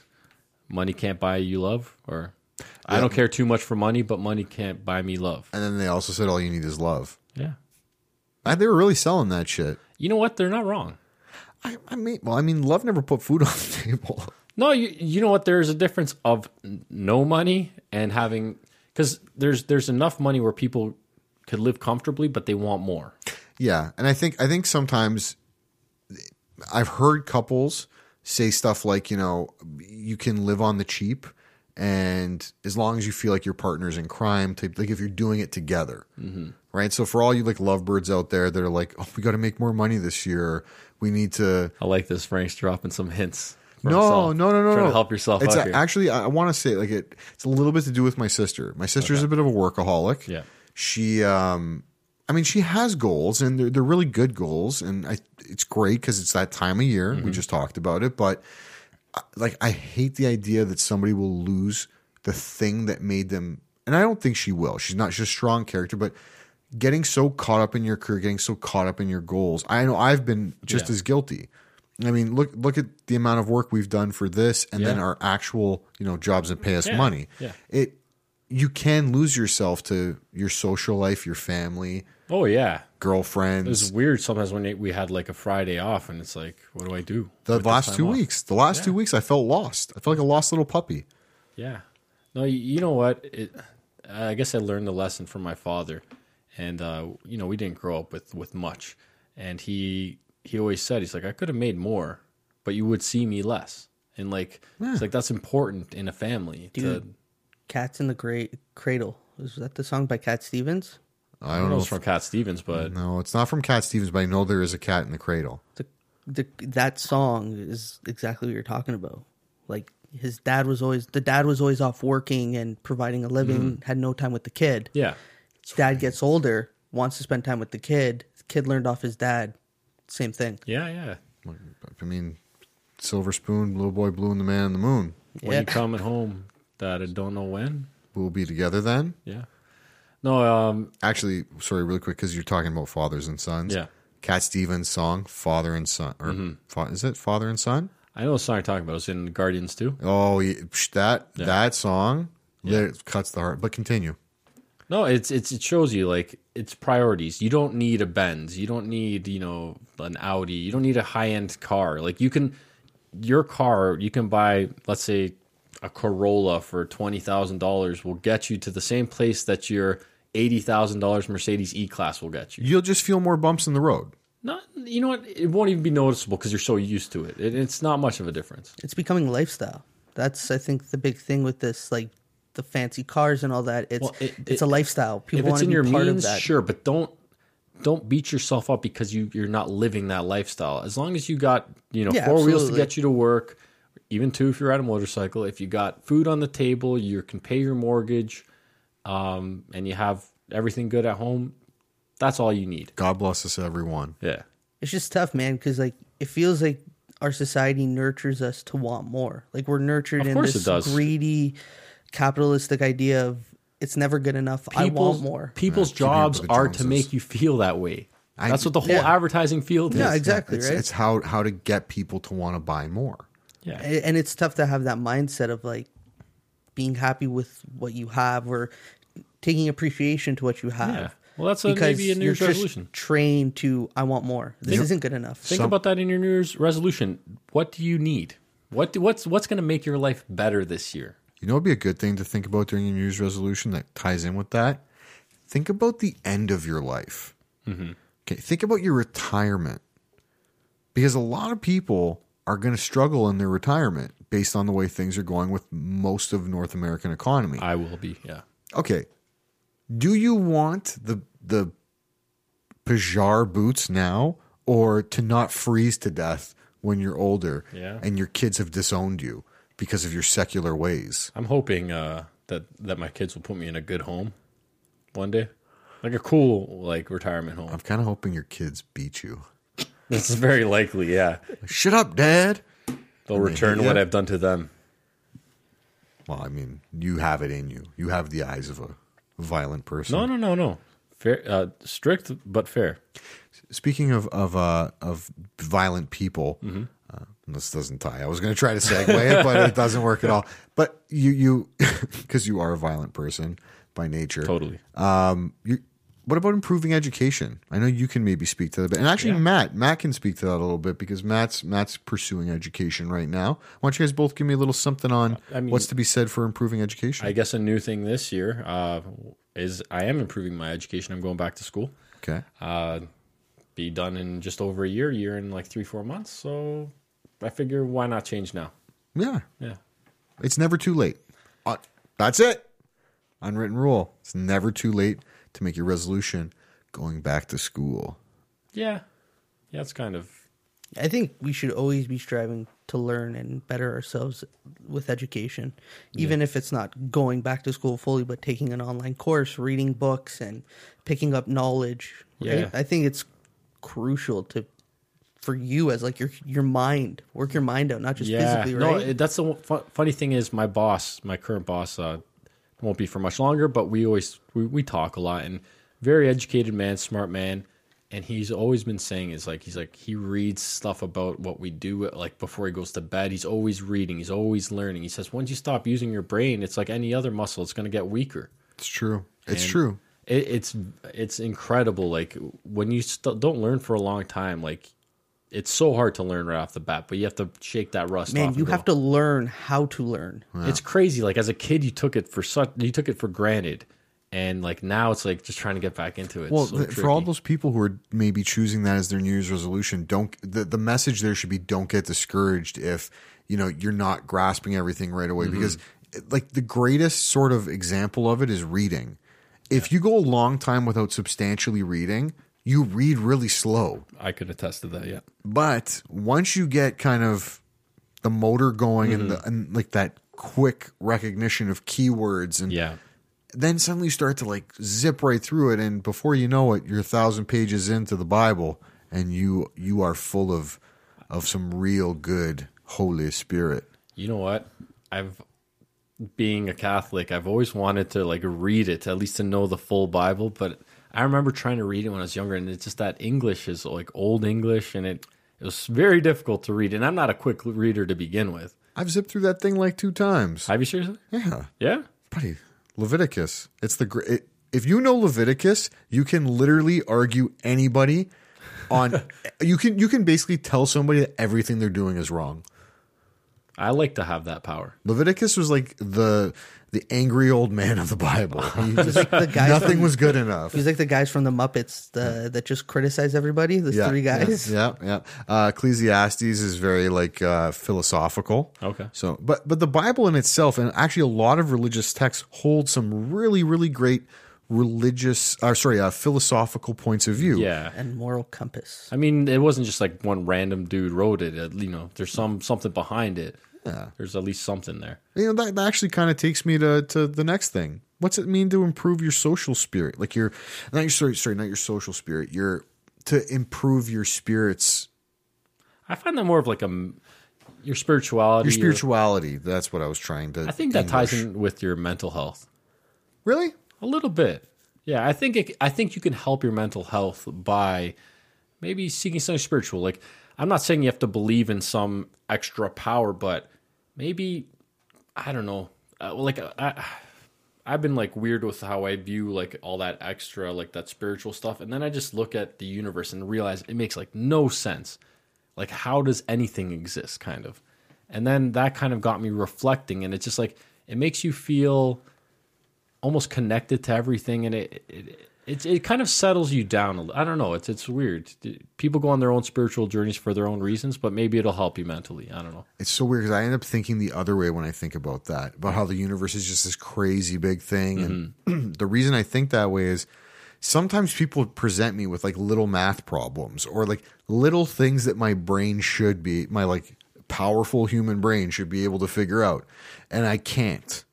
Money can't buy you love, or I don't care too much for money, but money can't buy me love.
And then they also said all you need is love.
Yeah.
I, they were really selling that shit.
You know what? They're not wrong.
I, I mean, well, I mean, love never put food on the table.
No, you you know what? There's a difference of n- no money and having because there's there's enough money where people could live comfortably, but they want more.
yeah, and I think I think sometimes I've heard couples say stuff like, you know, you can live on the cheap, and as long as you feel like your partner's in crime, type, like if you're doing it together, right? So for all you like lovebirds out there that are like, oh, we got to make more money this year, we need to
I like this. Frank's dropping some hints. for
no,
himself.
no, no, no,
Trying
no.
to help yourself
It's
out
a-
here.
actually, I, I want to say like it. It's a little bit to do with my sister. My sister's a bit of a workaholic.
Yeah.
she. um I mean, she has goals, and they're they're really good goals, and I, it's great because it's that time of year.
Mm-hmm.
We just talked about it, but uh, like, I hate the idea that somebody will lose the thing that made them. And I don't think she will. She's not. She's a strong character, but getting so caught up in your career, getting so caught up in your goals. I know I've been just
Yeah.
as guilty. I mean, look look at the amount of work we've done for this, and then
Yeah.
our actual you know jobs that pay us
Yeah,
money.
yeah.
It you can lose yourself to your social life, your family.
Oh yeah,
girlfriends.
it was weird sometimes when we had like a Friday off, and it's like, what do I do?
the
with this
last
time
two
off?
weeks, the last two weeks, I felt lost. I felt like a lost little puppy.
Yeah. No, y- you know what? It, I guess I learned the lesson from my father, and uh, you know we didn't grow up with with much, and he he always said he's like I could have made more, but you would see me less, and like it's like that's important in a family. To,
Dude. Cats in the Great Cradle. Is that the song by Cat Stevens?
I
I
don't
don't
know.
know if Mm-hmm. it's from Cat Stevens, but
no, it's not from Cat Stevens, but I know there is a cat in the cradle.
The, the that song is exactly what you're talking about. Like his dad was always the dad was always off working and providing a living, had no time with the kid.
Mm. yeah,
Dad gets older, wants to spend time with the kid. Kid learned off his dad. Same thing.
yeah, yeah.
I mean, Silver Spoon, Blue Boy Blue, and the Man in the Moon.
When you coming home, that I don't know when.
We'll be together then.
Yeah. No. Um.
Actually, sorry, really quick, because you're talking about fathers and sons.
Yeah.
Cat Stevens' song, Father and Son. Or fa- is it Father and Son?
I know the song you're talking about. It's in Guardians too.
Oh, yeah, psh, that that song that cuts the heart. But continue.
No, it's it's it shows you like it's priorities. You don't need a Benz. You don't need you know an Audi. You don't need a high end car. Like you can, your car you can buy. Let's say a Corolla for twenty thousand dollars will get you to the same place that your eighty thousand dollars Mercedes E Class will get you.
You'll just feel more bumps in the road.
Not you know what? It won't even be noticeable because you're so used to it. it. It's not much of a difference.
It's becoming a lifestyle. That's I think the big thing with this, like the fancy cars and all that. It's
Well, it-
it's
it-
a lifestyle. People
if it's
want to
in
be
your
part
means,
of that.
sure, but don't don't beat yourself up because you you're not living that lifestyle. As long as you got you know
Yeah,
four wheels to
absolutely.
get you to work, even two if you're at a motorcycle. If you got food on the table, you can pay your mortgage, um, and you have everything good at home. That's all you need.
God bless us, everyone.
Yeah,
It's just tough, man, because like it feels like our society nurtures us to want more. Like we're nurtured
Of
in
course it
this
does.
greedy, capitalistic idea of it's never good enough. I want more.
People's
keeping up
jobs
with the
are to
Joneses.
make you feel that way.
I-
That's what the whole
yeah.
advertising field is.
Yeah, exactly,
It's,
right?
it's how how to get people to want to buy more.
Yeah.
A- and it's tough to have that mindset of like being happy with what you have or taking appreciation to what you have.
Yeah. Well, that's a- maybe a New Year's
just
resolution.
trained to I want more. This isn't good enough.
Think about that in your New Year's resolution. What do you need? What do, what's what's going to make your life better this year?
You know, it'd be a good thing to think about during your New Year's resolution that ties in with that. Think about the end of your life.
Mm-hmm.
Okay, think about your retirement, because a lot of people are going to struggle in their retirement based on the way things are going with most of North American economy.
I will be. Yeah.
okay, do you want the the Pajar boots now, or to not freeze to death when you're older
Yeah.
and your kids have disowned you because of your secular ways?
I'm hoping uh, that that my kids will put me in a good home one day, like a cool like retirement home.
I'm kind of hoping your kids beat you.
This is very likely. Yeah,
Shut up, Dad.
they'll return what
Yeah.
I've done to them.
Well, I mean, you have it in you. You have the eyes of a violent person.
No, no, no, no. Fair, uh, strict but fair.
Speaking of of uh, of violent people,
Mm-hmm.
uh, this doesn't tie. I was going to try to segue it, but it doesn't work at all. But you you because you are a violent person by nature.
Totally.
You, what about improving education? I know you can maybe speak to that, but and actually, Matt Matt can speak to that a little bit because Matt's Matt's pursuing education right now. Why don't you guys both give me a little something on what's to be said for improving education?
I guess a new thing this year uh, is I am improving my education. I'm going back to school.
okay.
Be done in just over a year, year in like three, four months. So I figure why not change now?
Yeah.
Yeah.
It's never too late. Uh, that's it. Unwritten rule. It's never too late to make your resolution going back to school.
Yeah. Yeah, it's kind of
I think we should always be striving to learn and better ourselves with education, even if it's not going back to school fully, but taking an online course, reading books, and picking up knowledge. Right?
Yeah.
I think it's crucial to for you as like your your mind, work your mind out, not just
yeah.
physically.
No,
Right?
it- that's the one- fu- funny thing is my boss, my current boss, uh, won't be for much longer. But we always we, we talk a lot and very educated man, smart man, and he's always been saying is like he's like he reads stuff about what we do like before he goes to bed. He's always reading. He's always learning. He says once you stop using your brain, it's like any other muscle, it's going to get weaker.
It's true. It's true.
it, it's it's incredible. Like when you st- don't learn for a long time, like it's so hard to learn right off the bat. But you have to shake that rust off.
Man,
and
you
go,
have to learn how to learn.
It's crazy. Like as a kid, you took it for such you took it for granted, and like now it's like just trying to get back into it.
Well,
It's so
th- for all
tricky.
those people who are maybe choosing that as their New Year's resolution, don't the, the message there should be don't get discouraged if you know you're not grasping everything right away
Mm-hmm.
because like the greatest sort of example of it is reading. If you go a long time without substantially reading, you read really slow.
I could attest to that. Yeah,
But once you get kind of the motor going and,
Mm-hmm.
the, and like that quick recognition of keywords and
yeah.
then suddenly you start to like zip right through it and before you know it you're a thousand pages into the bible and you you are full of of some real good holy spirit
You know what? I've being a Catholic, I've always wanted to like read it, at least to know the full Bible. But I remember trying to read it when I was younger, and it's just that English is like old English, and it it was very difficult to read. And I'm not a quick reader to begin with.
i've zipped through that thing like two times
Have you seriously?
yeah
Yeah.
buddy leviticus it's the gr- it, if you know leviticus you can literally argue anybody on you can you can basically tell somebody that everything they're doing is wrong
I like to have that power.
leviticus was like the the angry old man of the bible He just-
The guys
nothing
from-
was good enough
He's like the guys from the Muppets the, that just criticize everybody. The three guys.
Yeah, yeah. Uh, Ecclesiastes is very like uh, philosophical.
Okay.
So, but but the Bible in itself, and actually a lot of religious texts hold some really really great religious, or sorry, uh, philosophical points of view.
Yeah.
and moral compass.
I mean, it wasn't just like one random dude wrote it. uh, You know, there's some something behind it. Yeah. There's at least something there.
You know that, that actually kind of takes me to to the next thing. What's it mean to improve your social spirit? Like your not your sorry sorry not your social spirit. Your to improve your spirits,
I find that more of like a m- your spirituality.
your spirituality. That's what I was trying to.
I think that ties
English.
in with your mental health
Really?
a little bit. Yeah, I think it, I think you can help your mental health by maybe seeking something spiritual. Like I'm not saying you have to believe in some extra power, but maybe I don't know. Uh, like uh, I, I've been like weird with how I view like all that extra, like that spiritual stuff, and then I just look at the universe and realize it makes like no sense. Like, how does anything exist? Kind of, and then that kind of got me reflecting, and it's just like it makes you feel almost connected to everything, and it it it, it kind of settles you down. a li- I don't know. It's it's weird. People go on their own spiritual journeys for their own reasons, but maybe it'll help you mentally. I don't know.
It's so weird because I end up thinking the other way when I think about that, about how the universe is just this crazy big thing. And the reason I think that way is sometimes people present me with like little math problems or like little things that my brain should be, my like powerful human brain should be able to figure out. And I can't.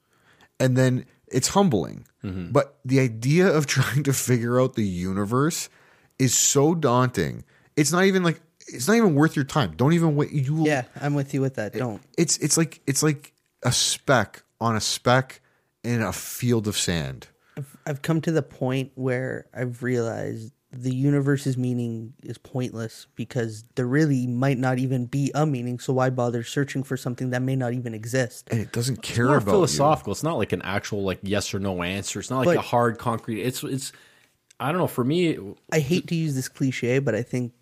And then it's humbling. But the idea of trying to figure out the universe is so daunting. It's not even like, it's not even worth your time. Don't even wait. You will
Yeah, I'm with you with that. Don't.
it's it's like it's like a speck on a speck in a field of sand.
I've come to the point where I've realized the universe's meaning is pointless because there really might not even be a meaning. So why bother searching for something that may not even exist?
And it doesn't care
more
about
philosophical. It's not like an actual like yes or no answer. It's not like
But-
a hard concrete. It's it's I don't know. For me,
I hate to use this cliche, but I think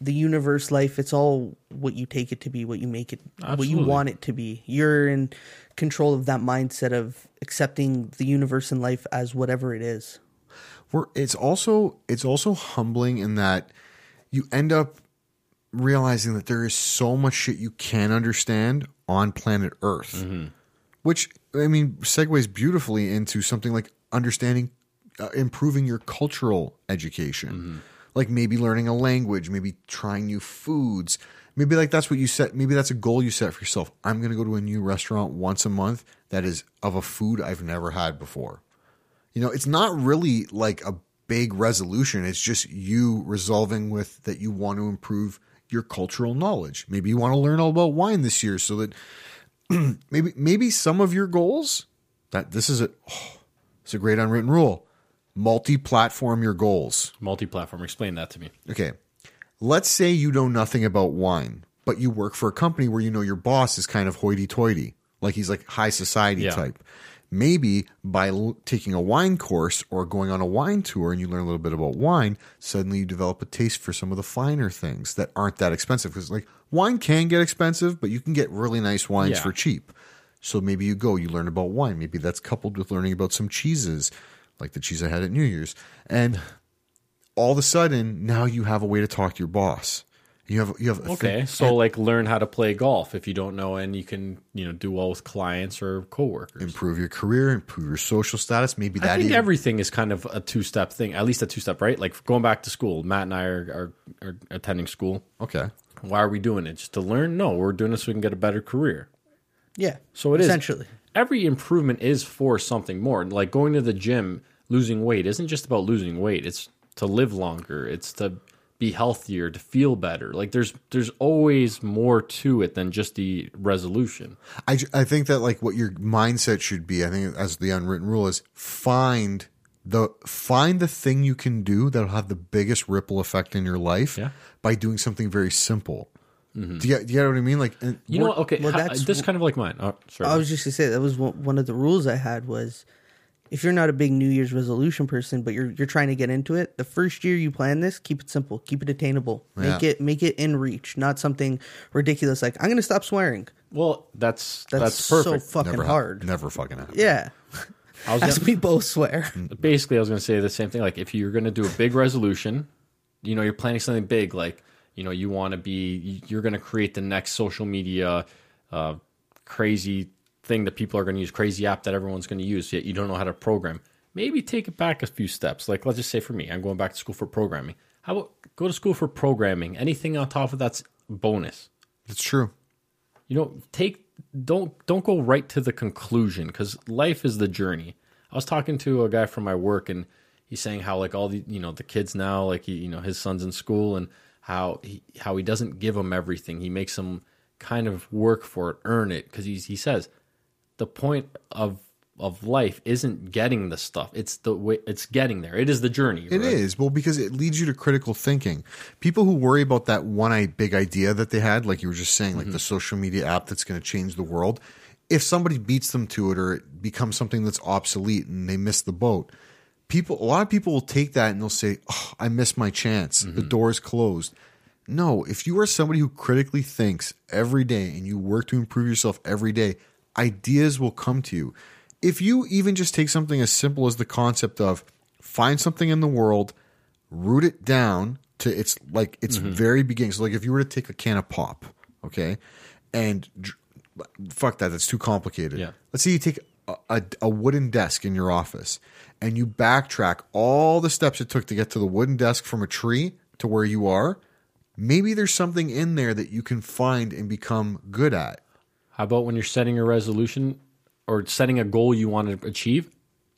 the universe, life, it's all what you take it to be, what you make it, what
Absolutely.
you want it to be. You're in control of that mindset of accepting the universe and life as whatever it is.
you. We're, it's also it's also humbling in that you end up realizing that there is so much shit you can understand on planet Earth, which I mean segues beautifully into something like understanding, uh, improving your cultural education, like maybe learning a language, maybe trying new foods, maybe like that's what you set. Maybe that's a goal you set for yourself. I'm going to go to a new restaurant once a month that is of a food I've never had before. You know, it's not really like a big resolution. It's just you resolving with that you want to improve your cultural knowledge. Maybe you want to learn all about wine this year so that maybe maybe some of your goals that this is a oh, it's a great unwritten rule. Multi-platform your goals.
multi-platform. Explain that to me.
Okay. Let's say you know nothing about wine, but you work for a company where you know your boss is kind of hoity toity, like he's like high society
Yeah.
type. Maybe by l- taking a wine course or going on a wine tour and you learn a little bit about wine, suddenly you develop a taste for some of the finer things that aren't that expensive. Because, like, wine can get expensive, but you can get really nice wines
Yeah.
for cheap. So maybe you go, you learn about wine. Maybe that's coupled with learning about some cheeses, like the cheese I had at New Year's. And all of a sudden, now you have a way to talk to your boss. You have, you have, a thing-
Okay, so like learn how to play golf if you don't know, and you can you know do well with clients or coworkers.
improve your career, improve your social status. Maybe that
I think
even-
everything is kind of a two step thing, at least a two step, right? Like going back to school. Matt and I are, are, are attending school.
okay.
Why are we doing it? Just to learn? No, we're doing this so we can get a better career.
Yeah.
So it is
essentially.
every improvement is for something more. Like going to the gym, losing weight isn't just about losing weight. It's to live longer. It's to be healthier, to feel better. Like there's there's always more to it than just the resolution.
I, ju- I think that like what your mindset should be, I think as the unwritten rule is find the find the thing you can do that'll have the biggest ripple effect in your life
Yeah. Mm-hmm.
by doing something very simple. Do, you, do you know what I mean? Like and-
You know, okay,
well,
ha-
that's
this
wh-
kind of like mine. Oh, sorry.
I was just gonna say that was one one of the rules I had was if you're not a big New Year's resolution person, but you're you're trying to get into it, the first year you plan this, keep it simple, keep it attainable, make
Yeah.
it make it in reach, not something ridiculous like I'm gonna stop swearing.
well, that's that's,
That's,
perfect.
so fucking
never hap-
hard.
never fucking happened.
Yeah,
I was
as
gonna-
we both swear.
basically I was going to say the same thing. Like if you're going to do a big resolution, you know, you're planning something big. Like you know, you want to be, you're going to create the next social media uh, crazy thing that people are going to use, crazy app that everyone's going to use. Yet you don't know how to program. Maybe take it back a few steps. Like let's just say for me, I'm going back to school for programming. How about go to school for programming? Anything on top of that's bonus
It's true.
you know take don't don't go right to the conclusion because life is the journey i was talking to a guy from my work and he's saying how like all the you know the kids now like he, you know his son's in school and how he how he doesn't give them everything he makes them kind of work for it earn it because he says the point of of life isn't getting the stuff it's the way it's getting there it is the journey
It is well because it leads you to critical thinking. People who worry about that one i- big idea that they had, like you were just saying, like the social media app that's going to change the world. If somebody beats them to it or it becomes something that's obsolete and they miss the boat, people a lot of people will take that and they'll say, "Oh, I missed my chance. The door is closed." No, if you are somebody who critically thinks every day and you work to improve yourself every day, ideas will come to you. If you even just take something as simple as the concept of find something in the world, root it down to its like its very beginning. So like if you were to take a can of pop, okay, and dr- fuck that, that's too complicated.
Yeah.
Let's say you take a, a, a wooden desk in your office and you backtrack all the steps it took to get to the wooden desk from a tree to where you are. Maybe there's something in there that you can find and become good at.
How about when you're setting a resolution or setting a goal you want to achieve?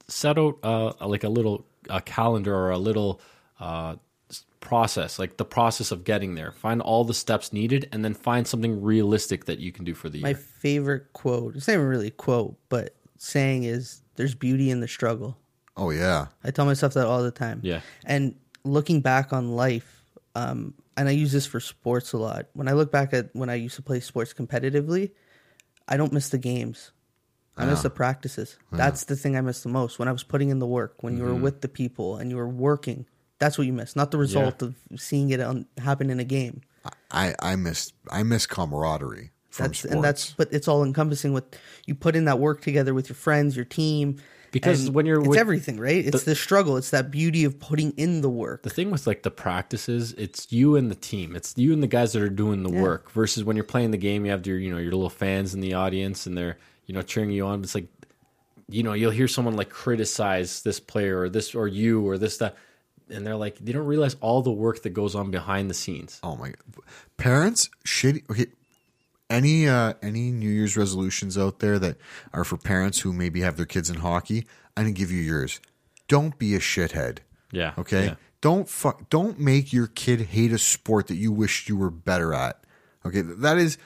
Set out uh, like a little a calendar or a little uh, s- process, like the process of getting there. Find all the steps needed, and then find something realistic that you can do for the
My
year.
favorite quote. It's not even really a quote, but saying is there's beauty in the struggle.
Oh yeah.
I tell myself that all the time.
Yeah.
And looking back on life, um, and I use this for sports a lot. When I look back at when I used to play sports competitively, I don't miss the games. I miss the practices. That's the thing I miss the most. When I was putting in the work, when you were
Mm-hmm.
with the people and you were working, that's what you miss, not the result of seeing it on, happen in a game.
I I miss I miss camaraderie from
That's
sports.
and that's but it's all encompassing with you put in that work together with your friends, your team.
Because
and
when you're
it's
with-
everything, right? It's the, struggle. It's that beauty of putting in the work.
The thing with like the practices, it's you and the team. It's you and the guys that are doing the work. Versus when you're playing the game, you have your you know your little fans in the audience, and they're you know cheering you on. It's like you know, you'll hear someone like criticize this player or this or you or this that, and they're like, they don't realize all the work that goes on behind the scenes.
Oh my god. Parents shitty okay any uh any New Year's resolutions out there that are for parents who maybe have their kids in hockey, I'm gonna give you yours. Don't be a shithead.
Yeah,
Okay?
yeah.
Don't fuck don't make your kid hate a sport that you wish you were better at. Okay. th- That is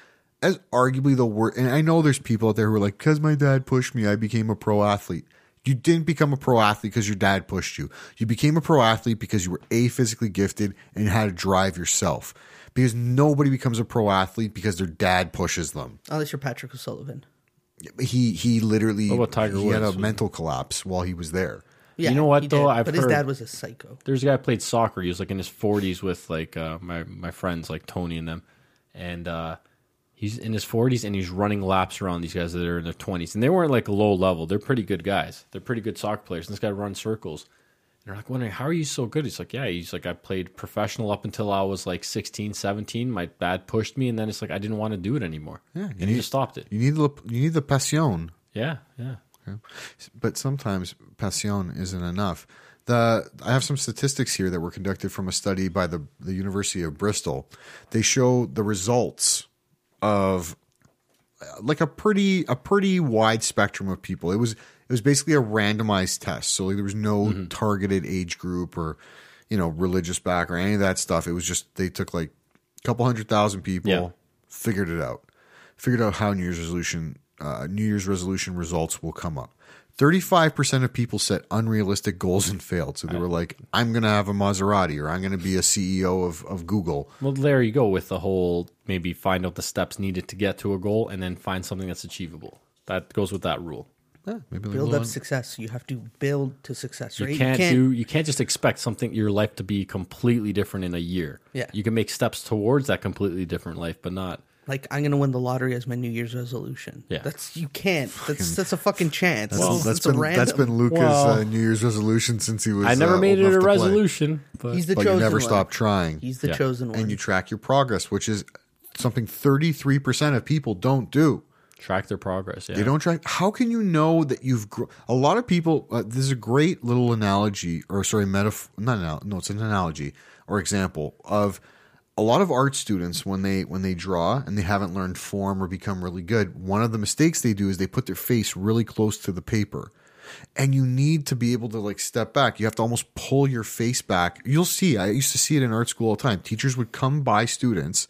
as arguably the worst and I know there's people out there who are like, because my dad pushed me, I became a pro athlete. You didn't become a pro athlete because your dad pushed you. You became a pro athlete because you were a physically gifted and had to drive yourself. Because nobody becomes a pro athlete because their dad pushes them.
Unless you're Patrick O'Sullivan.
He he literally
What about Tiger
he had a
Woods?
mental collapse while he was there.
Yeah,
know what,
he
though?
did,
I've
but his
heard-
dad was a psycho.
there's a guy who played soccer. He was like in his 40s with like uh, my my friends, like Tony and them, and uh, he's in his 40s and he's running laps around these guys that are in their 20s, and they weren't like low level. They're pretty good guys. They're pretty good soccer players. And this guy runs circles. And they're like wondering how are you so good? He's like, yeah. He's like, I played professional up until I was like 16, 17. My dad pushed me, and then it's like I didn't want to do it anymore. Yeah, and he just stopped it.
You need the you need the passion,
Yeah, yeah.
but sometimes passion isn't enough. The I have some statistics here that were conducted from a study by the the University of Bristol. They show the results of uh, like a pretty a pretty wide spectrum of people. It was it was basically a randomized test. So like there was no targeted age group or you know religious back or any of that stuff. It was just they took like a couple hundred thousand people,
Yeah.
figured it out, figured out how New Year's resolution uh, New Year's resolution results will come up. Thirty five percent of people set unrealistic goals and failed. So they were like, "I'm going to have a Maserati" or "I'm going to be a CEO of of Google."
Well, there you go with the whole maybe find out the steps needed to get to a goal and then find something that's achievable. That goes with that rule.
Maybe
Build
like,
up success. You have to build to success.
You
Right?
can't, do you can't just expect something your life to be completely different in a year.
Yeah.
You can make steps towards that completely different life, but not
like I'm gonna win the lottery as my New Year's resolution.
Yeah.
that's you can't. That's that's a fucking chance.
That's,
It's-
that's
it's a
been that's
random.
been Luca's uh,
Well-
New Year's resolution since he was.
I never
uh,
made
old
it a
enough to play.
resolution, but
He's the
but you
chosen
never
one.
stop trying,
He's the
Yeah.
chosen one.
and you track your progress, which is something thirty three percent of people don't do.
track their progress. Yeah.
They don't track. How can you know that you've? Gr- a lot of people. Uh, this is a great little analogy, or sorry, metaphor. Not anal- no, it's an analogy or example of a lot of art students when they when they draw and they haven't learned form or become really good. One of the mistakes they do is they put their face really close to the paper. And you need to be able to like step back. You have to almost pull your face back. You'll see. I used to see it in art school all the time. Teachers would come by students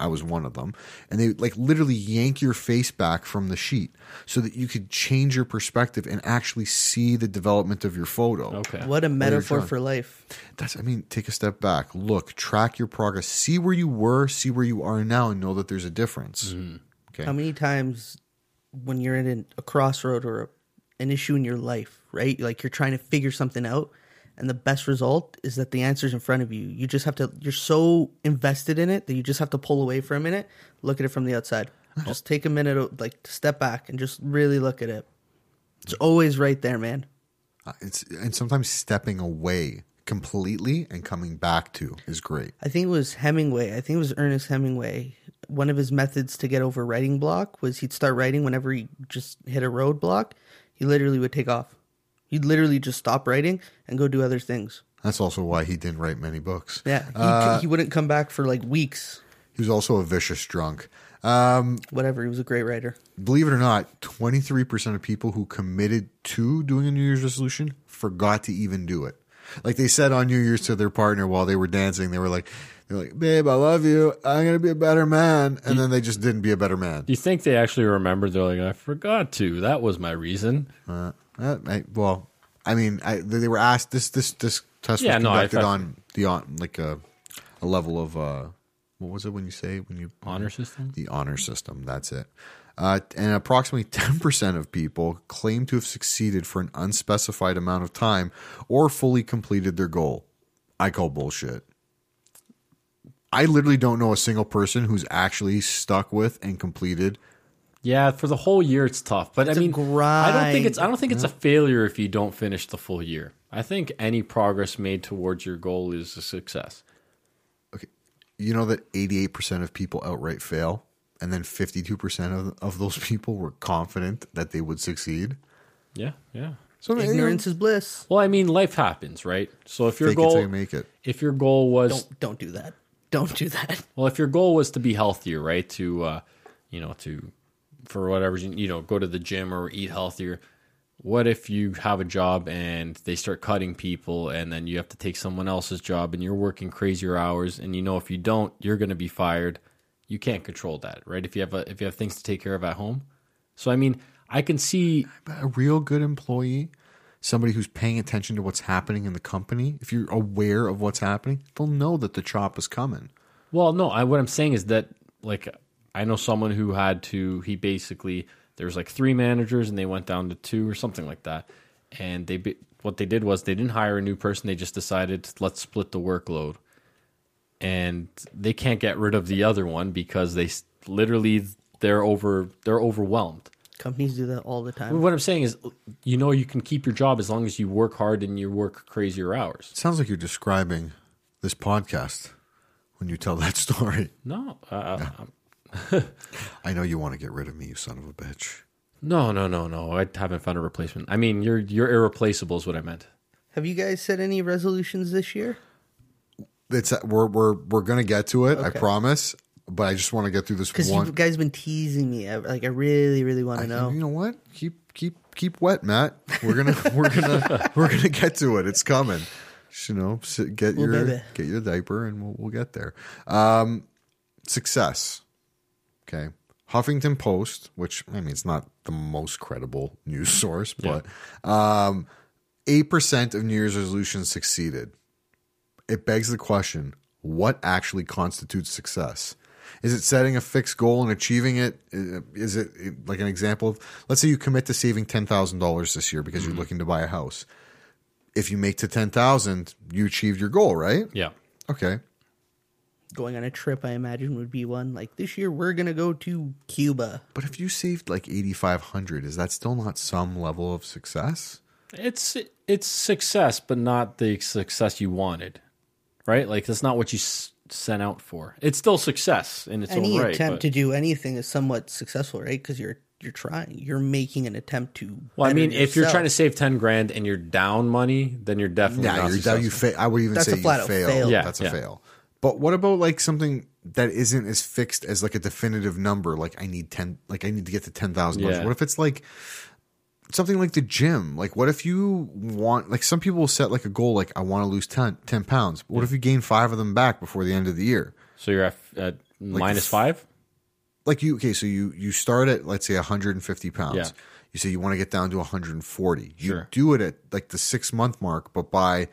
I was one of them, and they would, like literally yank your face back from the sheet so that you could change your perspective and actually see the development of your photo.
Okay.
what a metaphor
trying.
for life.
That's I mean, take a step back, look, track your progress, see where you were, see where you are now, and know that there's a difference. Okay.
How many times when you're at an, a crossroad or a, an issue in your life, right? Like you're trying to figure something out, and the best result is that the answer's in front of you. You just have to. You're so invested in it that you just have to pull away for a minute, look at it from the outside. Just take a minute, like to step back and just really look at it. It's always right there, man.
Uh, It's and sometimes stepping away completely and coming back to is great.
I think it was Hemingway. I think it was Ernest Hemingway. One of his methods to get over writing block was he'd start writing whenever he just hit a roadblock. He literally would take off. He'd literally just stop writing and go do other things.
That's also why he didn't write many books.
Yeah, he,
Uh,
he wouldn't come back for like weeks.
He was also a vicious drunk.
Whatever. He was a great writer.
believe it or not, 23% of people who committed to doing a New Year's resolution forgot to even do it. Like they said on New Year's to their partner while they were dancing, they were like, they're like, babe, I love you. I'm going to be a better man. And then they just didn't be a better man.
Do you think they actually remember? They're like, I forgot to. That was my reason.
Uh, I, well, I mean, I, they they were asked this, this, this test
Yeah,
was
no, I-
conducted on the, on like a, a level of, uh, what was it when you say, when you
Honor system.
the honor system. That's it. Uh, and approximately 10% of people claim to have succeeded for an unspecified amount of time or fully completed their goal. I call bullshit. I literally don't know a single person who's actually stuck with and completed.
Yeah, for the whole year it's tough. But
It's
I
a
mean, I don't think
grind.
it's I don't think it's a failure if you don't finish the full year. I think any progress made towards your goal is a success.
You know that 88% of people outright fail, and then 52% of, of those people were confident that they would succeed.
Yeah, yeah.
So you know,
Ignorance is bliss.
Well, I mean, life happens, right? So if your
fake it
goal
till you make it.
if your goal was
Don't don't do that. Don't do that.
well, if your goal was to be healthier, right? To uh, you know, to for whatever reason, you know, go to the gym or eat healthier. What if you have a job and they start cutting people and then you have to take someone else's job and you're working crazier hours and you know if you don't, you're going to be fired. You can't control that, right? If you have a, if you have things to take care of at home. So I mean, I can see
a real good employee, somebody who's paying attention to what's happening in the company, if you're aware of what's happening, they'll know that the chop is coming.
Well, no, I, what I'm saying is that like I know someone who had to he basically There was like three managers, and they went down to two or something like that. And they be- what they did was they didn't hire a new person. They just decided let's split the workload, and they can't get rid of the other one because they s- literally they're over they're overwhelmed.
Companies do that all the time.
What I'm saying is, you know, you can keep your job as long as you work hard and you work crazier hours.
Sounds like you're describing this podcast when you tell that story.
No, uh,
I know you want to get rid of me, you son of a bitch.
no, no, no, no. I haven't found a replacement. I mean, you're you're irreplaceable is what I meant.
Have you guys set any resolutions this year?
It's we're we're we're gonna get to it. I
Okay.
promise. But I just want to get through this
Because
one.
you guys been teasing me. I- Like I really, really want to
I
know.
think- You know what? Keep keep keep wet, Matt. We're gonna we're gonna we're gonna get to it. It's coming. Just, You know, sit, get
Little
your
baby.
get your diaper, and we'll we'll get there. Um, success. Okay, Huffington Post, which I mean, it's not the most credible news source, but um, eight percent of New Year's resolutions succeeded. It begs the question: What actually constitutes success? Is it setting a fixed goal and achieving it? I- Is it eh, like an example of, let's say you commit to saving ten thousand dollars this year because you're looking to buy a house. If you make to ten thousand, you achieved your goal, right?
Yeah.
Okay,
Going on a trip, I imagine, would be one. Like this year, we're gonna go to Cuba.
but if you saved like eighty five hundred, is that still not some level of success?
It's it's success, but not the success you wanted, right? Like that's not what you s- sent out for. It's still success in its
Any
own right.
attempt
but-
to do anything is somewhat successful, right? Because you're you're trying. You're making an attempt to.
well, I
better
mean, if you're
yourself.
trying to save ten grand and you're down money, then you're definitely
Yeah,
not
you're,
successful.
that you fa- I would even
That's
say
a flat
you
out
fail.
fail.
Yeah,
That's a
yeah.
fail. But what about like something that isn't as fixed as like a definitive number? Like I need ten, like I need to get to ten thousand dollars.
Yeah.
What if it's like something like the gym? Like what if you want? Like some people will set like a goal, like I want to lose 10, 10 pounds. What if you gain five of them back before the end of the year?
so you're at, at minus
f-
five.
like you okay so you you start at let's say 150 pounds
Yeah.
you say you want to get down to 140 you
Sure.
do it at like the six month mark but by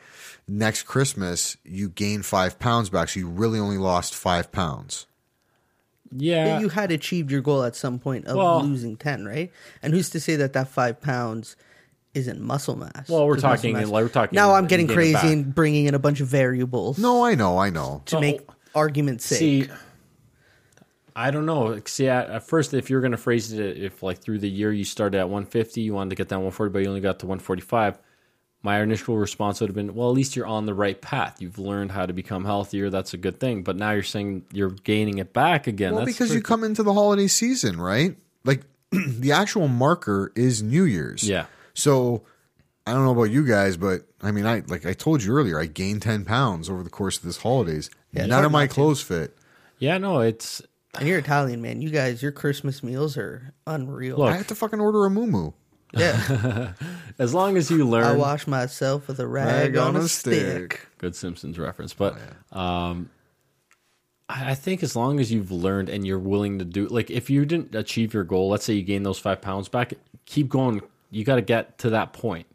next christmas you gain five pounds back so you really only lost five pounds
Yeah,
But you had achieved your goal at some point of
Well-
losing 10, right? And who's to say that that five pounds isn't muscle mass?
Well, we're
'Cause muscle
talking-
mass-
like, we're talking
Now I'm getting
gain it
crazy
back.
and bringing in a bunch of variables
no i know i know
to make argument's sake.
See, I don't know. Like, See, at, at first, if you're going to phrase it, if like through the year you started at 150, you wanted to get down 140, but you only got to 145, my initial response would have been, well, at least you're on the right path. You've learned how to become healthier. That's a good thing. But now you're saying you're gaining it back again.
well
That's
because you
pretty-
come into the holiday season right like the actual marker is new year's
Yeah.
so i don't know about you guys but i mean i like i told you earlier i gained 10 pounds over the course of this holidays none
hard
of my
not to.
clothes fit
yeah, no, it's
and you're Italian, man. You guys, your Christmas meals are unreal.
i had to fucking order a moo
yeah.
as long as you
Oh,
I
learn.
wash myself with a rag, on, a stick.
good Simpsons reference, but um, I I think as long as you've learned and you're willing to do, like if you didn't achieve your goal, let's say you gain those five pounds back, keep going. You got to get to that point.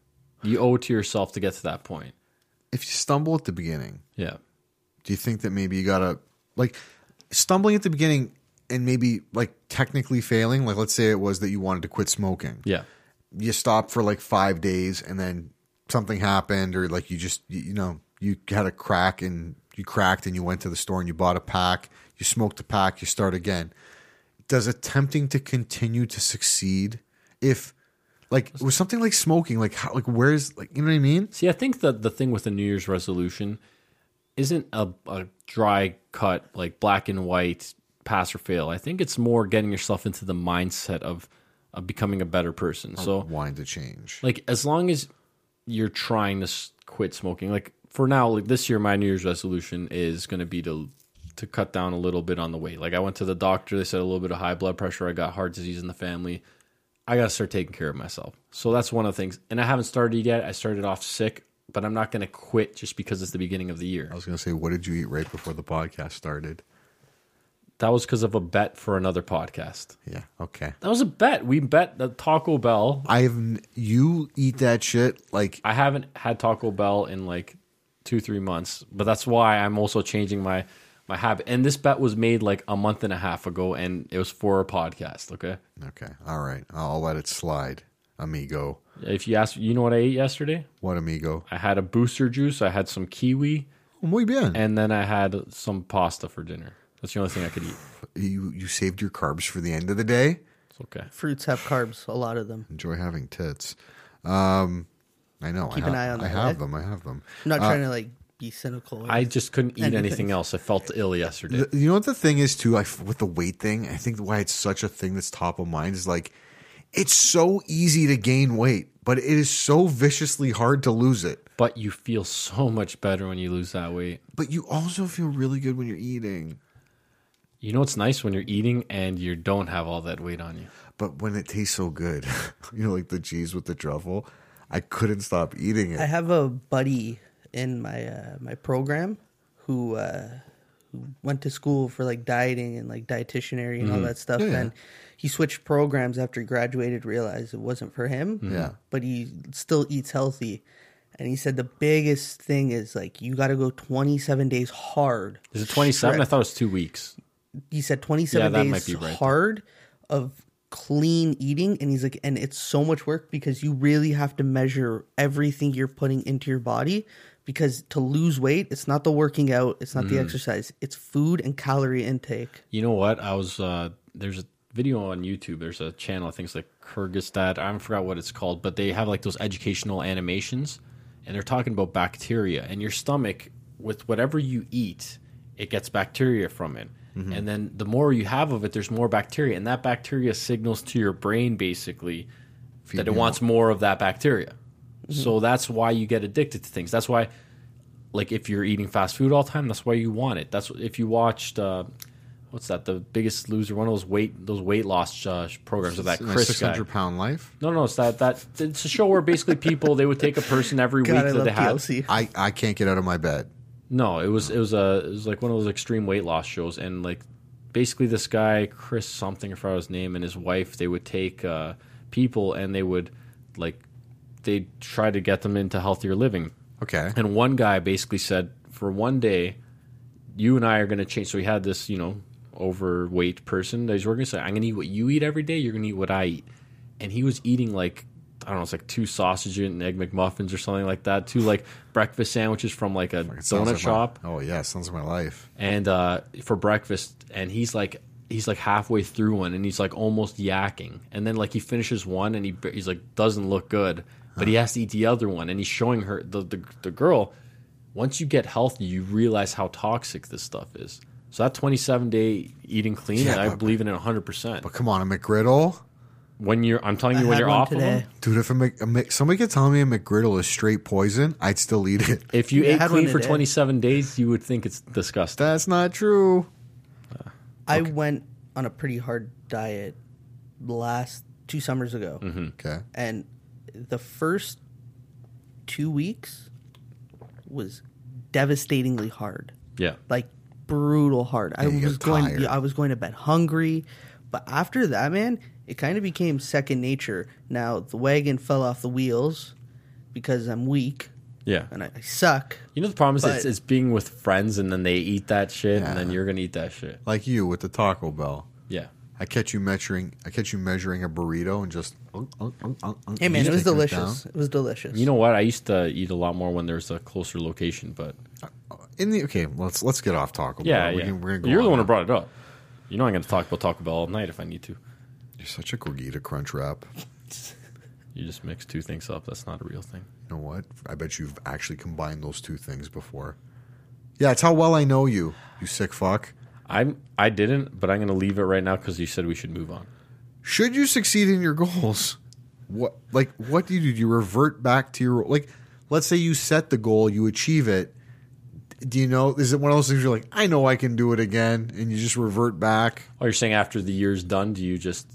You owe it to yourself to get to that point.
if you stumble at the beginning,
Yeah,
do you think that maybe you gotta like stumbling at the beginning and maybe like technically failing? Like, let's say it was that you wanted to quit smoking.
yeah,
You stopped for like five days and then something happened, or like you just, you, you know, you had a crack and you cracked and you went to the store and you bought a pack, you smoked a pack, you start again. Does attempting to continue to succeed if like with something like smoking, like how, like where's like you know what I mean?
See, I think that the thing with the New Year's resolution isn't a, a dry cut, like black and white pass or fail. I think it's more getting yourself into the mindset of, of becoming a better person. So
Wanting to change.
like as long as you're trying to s- quit smoking like for now like this year my new year's resolution is going to be to to cut down a little bit on the weight like i went to the doctor they said a little bit of high blood pressure i got heart disease in the family i got to start taking care of myself so that's one of the things and i haven't started yet i started off sick but i'm not going to quit just because it's the beginning of the year
I was gonna say, what did you eat right before the podcast started?
that was because of a bet for another podcast
Yeah, okay.
that was a bet we bet the taco bell
I've n- you eat that shit like
I haven't had Taco Bell in like two, three months, but that's why I'm also changing my my habit. And this bet was made like a month and a half ago, and it was for a podcast. Okay,
Okay. All right. I'll let it slide, amigo.
if you ask, you know what I ate yesterday?
What amigo?
I had a booster juice. I had some kiwi,
Muy bien.
and then I had some pasta for dinner. That's the only thing I could eat.
you you saved your carbs for the end of the day.
It's okay.
Fruits have carbs, a lot of them.
Enjoy having tits. Um, I know.
Keep
I have,
an eye on
I
that,
have
eh?
them. I have them. Uh,
I'm not trying to like be cynical.
I just couldn't eat
Anything.
anything else. I felt ill yesterday.
The- you know what the thing is too? I f with the weight thing, I think why it's such a thing that's top of mind is like it's so easy to gain weight, but it is so viciously hard to lose it.
but you feel so much better when you lose that weight.
But you also feel really good when you're eating.
You know it's nice when you're eating and you don't have all that weight on you.
But when it tastes so good, you know, like the cheese with the truffle, I couldn't stop eating
I
it.
have a buddy in my uh, my program who uh, who went to school for like dieting and like dietitianary and all that stuff,
Yeah, yeah.
and he switched programs after he graduated, realized it wasn't for him.
Yeah.
but he still eats healthy. And he said the biggest thing is like you got to go 27 days hard.
Is it 27? I
Shred.
thought it was two weeks.
He said
Yeah,
27
that might
days
be right.
hard of clean eating and he's like and it's so much work because you really have to measure everything you're putting into your body because to lose weight it's not the working out it's not the
Mm.
exercise it's food and calorie intake
You know what? I was uh there's a video on YouTube. There's a channel I think it's like Kyrgyzstat. I forgot what it's called, but they have like those educational animations, and they're talking about bacteria and your stomach with whatever you eat, it gets bacteria from it. And then the more you have of it, there's more bacteria, and that bacteria signals to your brain basically that it
me
wants more of that bacteria. So that's why you get addicted to things. That's why, like, if you're eating fast food all the time, that's why you want it. That's if you watched, uh, what's that? The Biggest Loser, one of those weight those weight loss uh, programs of that Chris
Six
guy.
hundred pound life.
No, no, it's that that it's a show where basically people they would take a person every
god i
week that
love
they had.
tlc
I I can't get out of my bed.
No, it was it was a it was like one of those extreme weight loss shows, and like basically this guy Chris something, I forgot his name, and his wife. They would take uh, people and they would like they try to get them into healthier living.
Okay.
And one guy basically said, for one day, you and I are going to change. So he had this, you know, overweight person that he's working. So I'm going to eat what you eat every day. You're going to eat what I eat. And he was eating like, I don't know, it's like two sausage and egg McMuffins or something like that. Two like breakfast sandwiches from like a
It
donut
sounds like my-
shop
oh yeah, sounds like my life.
and uh, for breakfast, and he's like he's like halfway through one, and he's like almost yakking, and then like he finishes one, and he he's like doesn't look good, but he has to eat the other one, and he's showing her the the, the girl. Once you get healthy, you realize how toxic this stuff is. So that 27 day eating clean,
Yeah,
I
but-
believe in it 100. percent
But come on, a McGriddle,
When you're, I'm telling you,
I
when
had
you're
one
off
today.
of them,
dude. If a, Mc, a Mc- somebody could tell me a McGriddle is straight poison, I'd still eat it.
if you
Yeah, I
ate
had one
clean for
today.
27 days, you would think it's disgusting.
That's not true.
i went on a pretty hard diet last two summers ago
Hmm. Mm-hmm.
Okay.
and the first two weeks was devastatingly hard
Yeah,
like brutal hard. I
Yeah, you
was
get
going
tired.
yeah, I was going to bed hungry, but after that, man, it kind of became second nature. Now the wagon fell off the wheels because I'm weak
yeah.
and I, I suck.
You know the problem is it's,
But-
it's being with friends, and then they eat that shit,
Yeah.
and then you're gonna eat that shit.
Like you with the Taco Bell.
Yeah.
I catch you measuring. I catch you measuring a burrito and just. unk, unk, unk, unk, unk,
Hey man,
just
it was
taking it
delicious.
down.
It was delicious.
You know what? I used to eat a lot more when there was a closer location, but
In the okay, let's let's get off Taco Bell.
yeah,
We
yeah.
can- we're gonna go
You're the
on
one who
now.
brought it up. You know I'm going to talk about Taco Bell all night if I need to.
You're such a Gordita Crunch wrap.
You just mix two things up. That's not a real thing.
You know what? I bet you've actually combined those two things before. Yeah, it's how well I know you. You sick fuck.
I'm I didn't, but I'm going to leave it right now because you said we should move on.
should you succeed in your goals what like what do you do do you revert back to your like let's say you set the goal you achieve it do you know is it one of those things you're like i know i can do it again and you just revert back
Oh, you're saying after the year's done, do you just,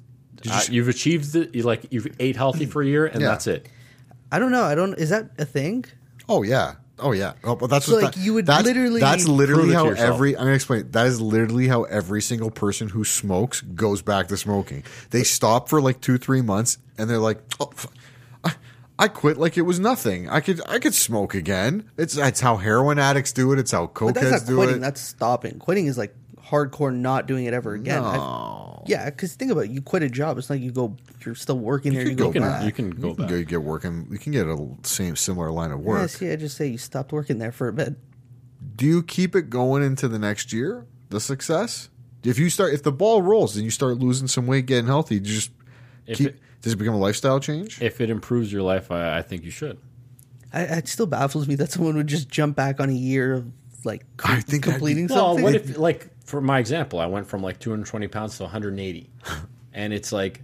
uh, you've achieved the you like you've ate healthy for a year and
Yeah.
that's it.
I don't know. I don't. Is that a thing?
oh yeah oh yeah oh but that's
So,
what
like,
that-
you would
that's,
literally
that's literally
prove it to
how
yourself.
every i'm gonna explain that is literally how every single person who smokes goes back to smoking they stop for like two three months and they're like oh f- I- I quit like it was nothing. I could I could smoke again. It's that's how heroin addicts do it. It's how
But that's
cokeheads
not
do
quitting.
it.
That's stopping. Quitting is like hardcore not doing it ever again. I, yeah, because think about it. You quit a job. It's not like you go. You're still working there. You,
could
go,
go
You
back.
can, you can Hmm, go
you can
back.
go get working. You can get a same similar line of
Yeah,
work.
see, I just say you stopped working there for a bit.
do you keep it going into the next year? The success? If you start, if the ball rolls and you start losing some weight, getting healthy, you just
If
keep.
it-
does it become a lifestyle change?
If it improves your life, I, I think you should.
I, it still baffles me that someone would just jump back on a year of like com-
I think I'd
completing
be-
Well,
something.
what if, like, for my example, I went from like 220 pounds to 180, and it's like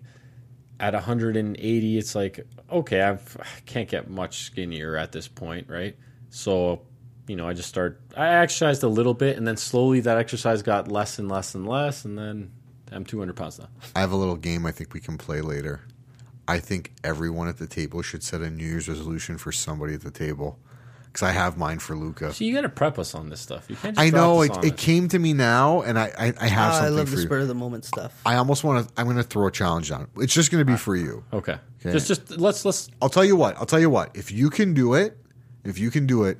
at 180, it's like okay, I've, I can't get much skinnier at this point, right? So, you know, I just start. I exercised a little bit, and then slowly that exercise got less and less and less, and then I'm 200 pounds now.
I have a little game I think we can play later. I think everyone at the table should set a New Year's resolution for somebody at the table because I have mine for Luca.
So you got to prep us on this stuff. You can't. Just
I
drop
know
us
it,
on
it came to me now, and I I, I have
Ah, I
something
love
for
the
you.
spur of the moment stuff.
I almost want to. I'm going to throw a challenge down. It's just going to be for you.
Okay. Just, just let's let's.
I'll tell you what. I'll tell you what. If you can do it, if you can do it,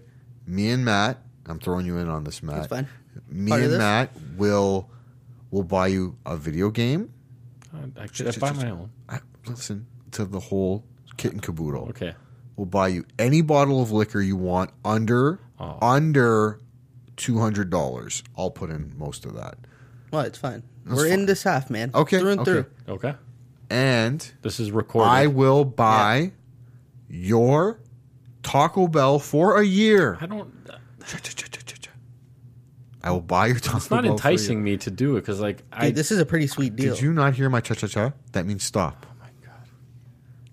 me and Matt, I'm throwing you in on this, Matt.
fine.
Me
Part of
and
this?
Matt will will buy you a video game.
I, I could buy my own.
I, listen to the whole kit and caboodle.
Okay.
We'll buy you any bottle of liquor you want under under two hundred dollars. I'll put in most of that.
Well, it's fine. We're in this half, man.
Okay,
through and
okay.
through.
Okay.
And
This is recorded.
I will buy your Taco Bell for a year.
I don't.
I will buy your Taco
It's not
Bell for a
enticing me to do it because, like, I
Dude, this is a pretty sweet
year.
deal.
Did you not hear my cha cha cha? That means stop. Oh my god.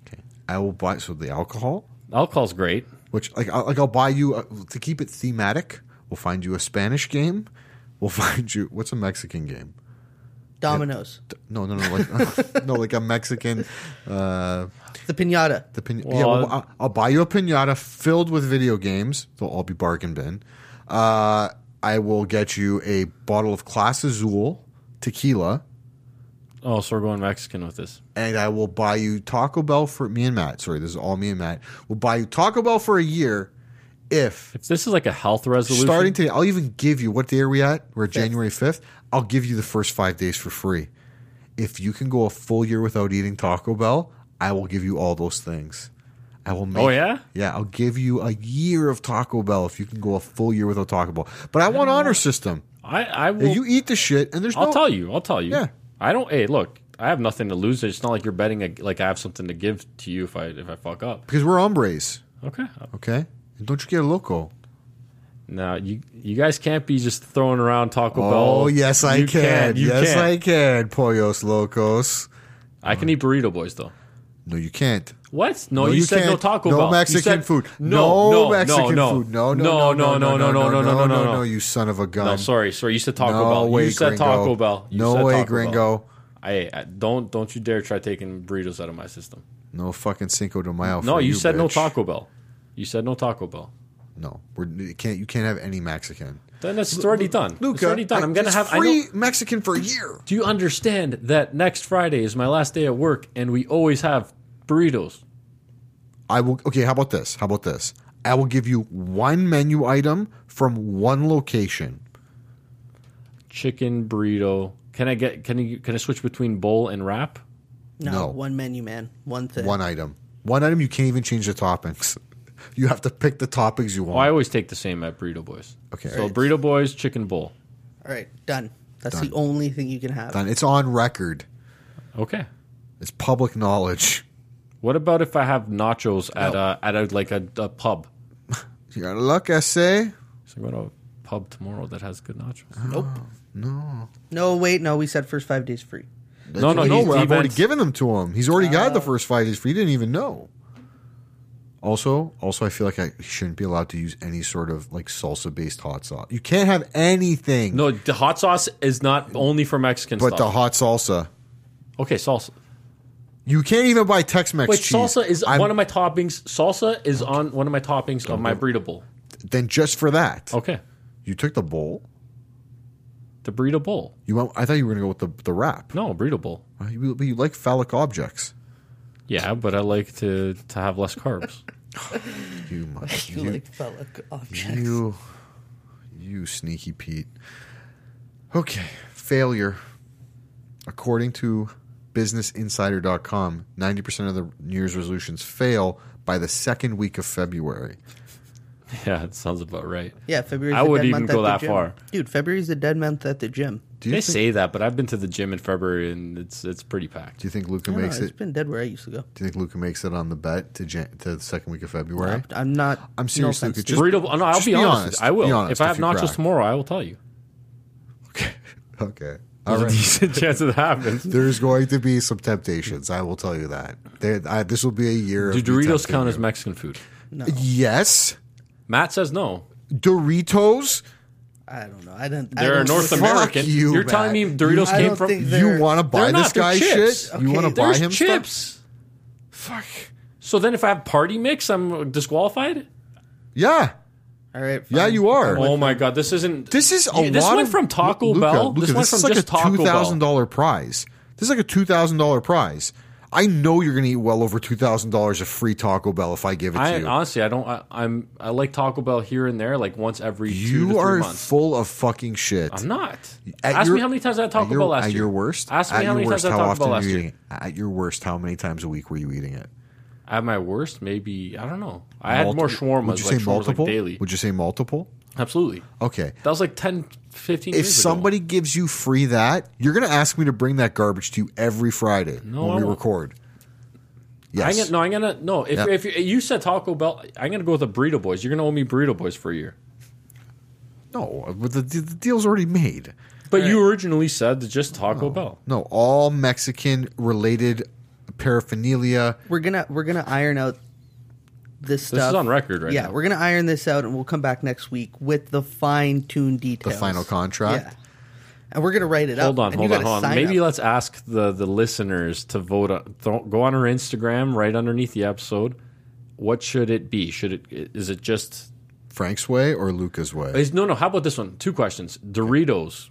Okay. I will buy so the alcohol,
alcohol's great.
which like I'll, like I'll buy you uh to keep it thematic. We'll find you a Spanish game. We'll find you what's a Mexican game?
Dominoes,
No, no, no, like no, like a Mexican. Uh,
the pinata.
the pin- yeah,
Well,
well, I'll, I'll buy you a pinata filled with video games. They'll all be bargain bin. Uh, I will get you a bottle of Class Azul tequila,
Oh, so we're going Mexican with this.
and I will buy you Taco Bell for me and Matt. Sorry, this is all me and Matt. We'll buy you Taco Bell for a year if
If this is like a health resolution,
starting today. I'll even give you what day are we at? We're January fifth. I'll give you the first five days for free if you can go a full year without eating Taco Bell. I will give you all those things. I will make
Oh, yeah?
Yeah, I'll give you a year of Taco Bell if you can go a full year without Taco Bell. But I want honor system.
I, I will.
If you eat the shit, and there's
I'll
no.
tell you. I'll tell you.
Yeah.
I don't. Hey, look, I have nothing to lose. It's not like you're betting. A, like I have something to give to you if I if I fuck up.
because we're hombres,
Okay.
okay? And don't you get loco.
Now you you guys can't be just throwing around Taco Bell.
Oh, yes, I
You
can.
You
yes,
can.
I can. Pollos locos.
I can eat burrito boys though.
No, you can't.
What? No, Oh, you, said no
can't.
Taco
no
Bell. You
Mexican
said-
food.
No, no,
Mexican
no, no.
food. No, no,
no, no, no, no, no, no, no,
no. You son of a gun.
No, sorry, sorry. You said Taco
No
Bell.
way,
you said
gringo.
Taco Bell. You
no
said
way,
Taco
gringo.
Bell. Hey, I, don't don't you dare try taking burritos out of my system.
No fucking Cinco de Mayo.
No,
for
you,
you
said no
bitch.
Taco Bell. You said no Taco Bell.
No, we're, you can't. You can't have any Mexican.
Then it's already done. it's
Luca,
already done.
I-
I'm gonna
it's
have. I
free
know,
Mexican for a year.
do you understand that next Friday is my last day at work, and we always have burritos?
I will. Okay, how about this? How about this? I will give you one menu item from one location.
Chicken burrito. Can I get? Can you? Can I switch between bowl and wrap?
No,
No.
one menu, man. One thing.
One item. One item. You can't even change the toppings. You have to pick the toppings you
Oh, I
want.
always take the same at Burrito Boys.
Okay.
So
Right.
Burrito Boys, chicken bowl.
All right, done. That's
Done.
the only thing you can have.
Done. It's on record.
Okay.
It's public knowledge.
What about if I have nachos at a at a like a, a pub?
You're lucky, I say.
So I'm going to a pub tomorrow that has good nachos.
Nope. No. No, wait, no. We said first five days free.
No,
no,
no, no.
I've already
Events,
given them to him. He's already got the first five days free. He didn't even know. Also, also, I feel like I shouldn't be allowed to use any sort of like salsa based hot sauce. You can't have anything
no, the hot sauce is not only for Mexican
but the
stuff.
hot salsa.
okay, salsa.
You can't even buy Tex Mex
Wait,
cheese.
salsa is
I'm-
one of my toppings. Salsa is on one of my toppings of my burrito bowl.
Then just for that,
Okay,
you took the bowl.
the burrito bowl.
You want? I thought you were going to go with the the wrap.
No, burrito bowl.
You, you like phallic objects.
Yeah, but I like to to have less carbs.
You, mu-
You,
you-
like phallic objects.
You, you sneaky Pete. Okay, failure. According to BusinessInsider.com, 90% of the New Year's resolutions fail by the second week of February.
Yeah, it sounds about right.
Yeah, February's
I
the
wouldn't
dead
even
month
go
at the
that
gym.
far.
Dude, February's the dead month at the gym.
Do you
they
think,
say that, but I've been to the gym in February and it's it's pretty packed.
Do you think
I
Luca
don't know,
makes
It's
it?
been dead where I used to go.
Do you think Luca makes it on the bet to Jan- to the second week of February?
I'm not.
I'm serious,
offense
Luca,
to
just-
Burrito. oh, No, I'll
just
be,
be
honest.
honest.
I will.
Be honest
if I have
if you
nachos
crack.
tomorrow, I will tell you.
Okay, okay, all
There's a
right.
decent chance it happens.
There's going to be some temptations. I will tell you that. There, I, this will be a year.
Do
of me
Doritos
tempting
count as
you.
Mexican food?
Yes,
Matt says no.
Doritos.
I don't know. I don't. I
They're
don't
a North
think-
Fuck
American.
you,
are telling me
Matt.
Doritos
I
came
don't
from
think that-
You
They're-
want to buy
They're
this
not, they're
guy
chips.
shit? You
Okay,
want to buy
There's
him
chips.
stuff? Fuck.
So then, if I have party mix, I'm disqualified.
Yeah.
All right. Fine.
Yeah, you are.
Oh my god, this isn't.
this is a
Yeah, This
lot
went
of-
from Taco
Luca,
Bell.
Luca,
this went
this
from
is like
just
a
Taco Bell.
$2,000 prize. This is like a $2,000 prize. I know you're going to eat well over $2,000 of free Taco Bell if I give it to
I
you.
honestly, I don't. I, I'm. I like Taco Bell here and there, like once every two to
you
three
are
months.
full of fucking shit.
I'm not.
At
Ask
your-
me how many times I had
at
Taco
your,
Bell last
at
year.
your worst?
Ask
at
me how
your
many
worst,
times
how
I had Taco
often
Bell
are
last
you
year.
eating it? At your worst, how many times a week were you eating it?
At my worst, maybe I don't know. I had more
Multiple-
shawarmas.
Would you
like,
say
shawarmas,
multiple?
Like daily.
Would you say multiple?
Absolutely.
Okay.
That was like 10, 15
if
years ago.
somebody gives you free that, you're going to ask me to bring that garbage to you every Friday
No,
when
I
we
won't.
record.
I'm
Yes.
gonna, no, I'm gonna no. If,
Yeah.
if you, you said Taco Bell, I'm gonna go with the Burrito Boys. You're gonna owe me Burrito Boys for a year.
no, but the, the deal's already made.
But you originally said that just Taco
Oh.
Bell.
No, all Mexican related paraphernalia.
We're gonna we're gonna iron out this stuff.
This is on record right
yeah,
now.
we're gonna iron this out, and we'll come back next week with the fine tuned
The
details.
final contract.
Yeah. And we're gonna write it
Hold
up.
on,
and
hold
you
on,
gotta
hold on.
sign
Maybe
up.
let's ask the the listeners to vote. On, th- go on our Instagram right underneath the episode. What should it be? Should it is it just
Frank's way or Luca's way?
is, no no? How about this one? Two questions. Doritos,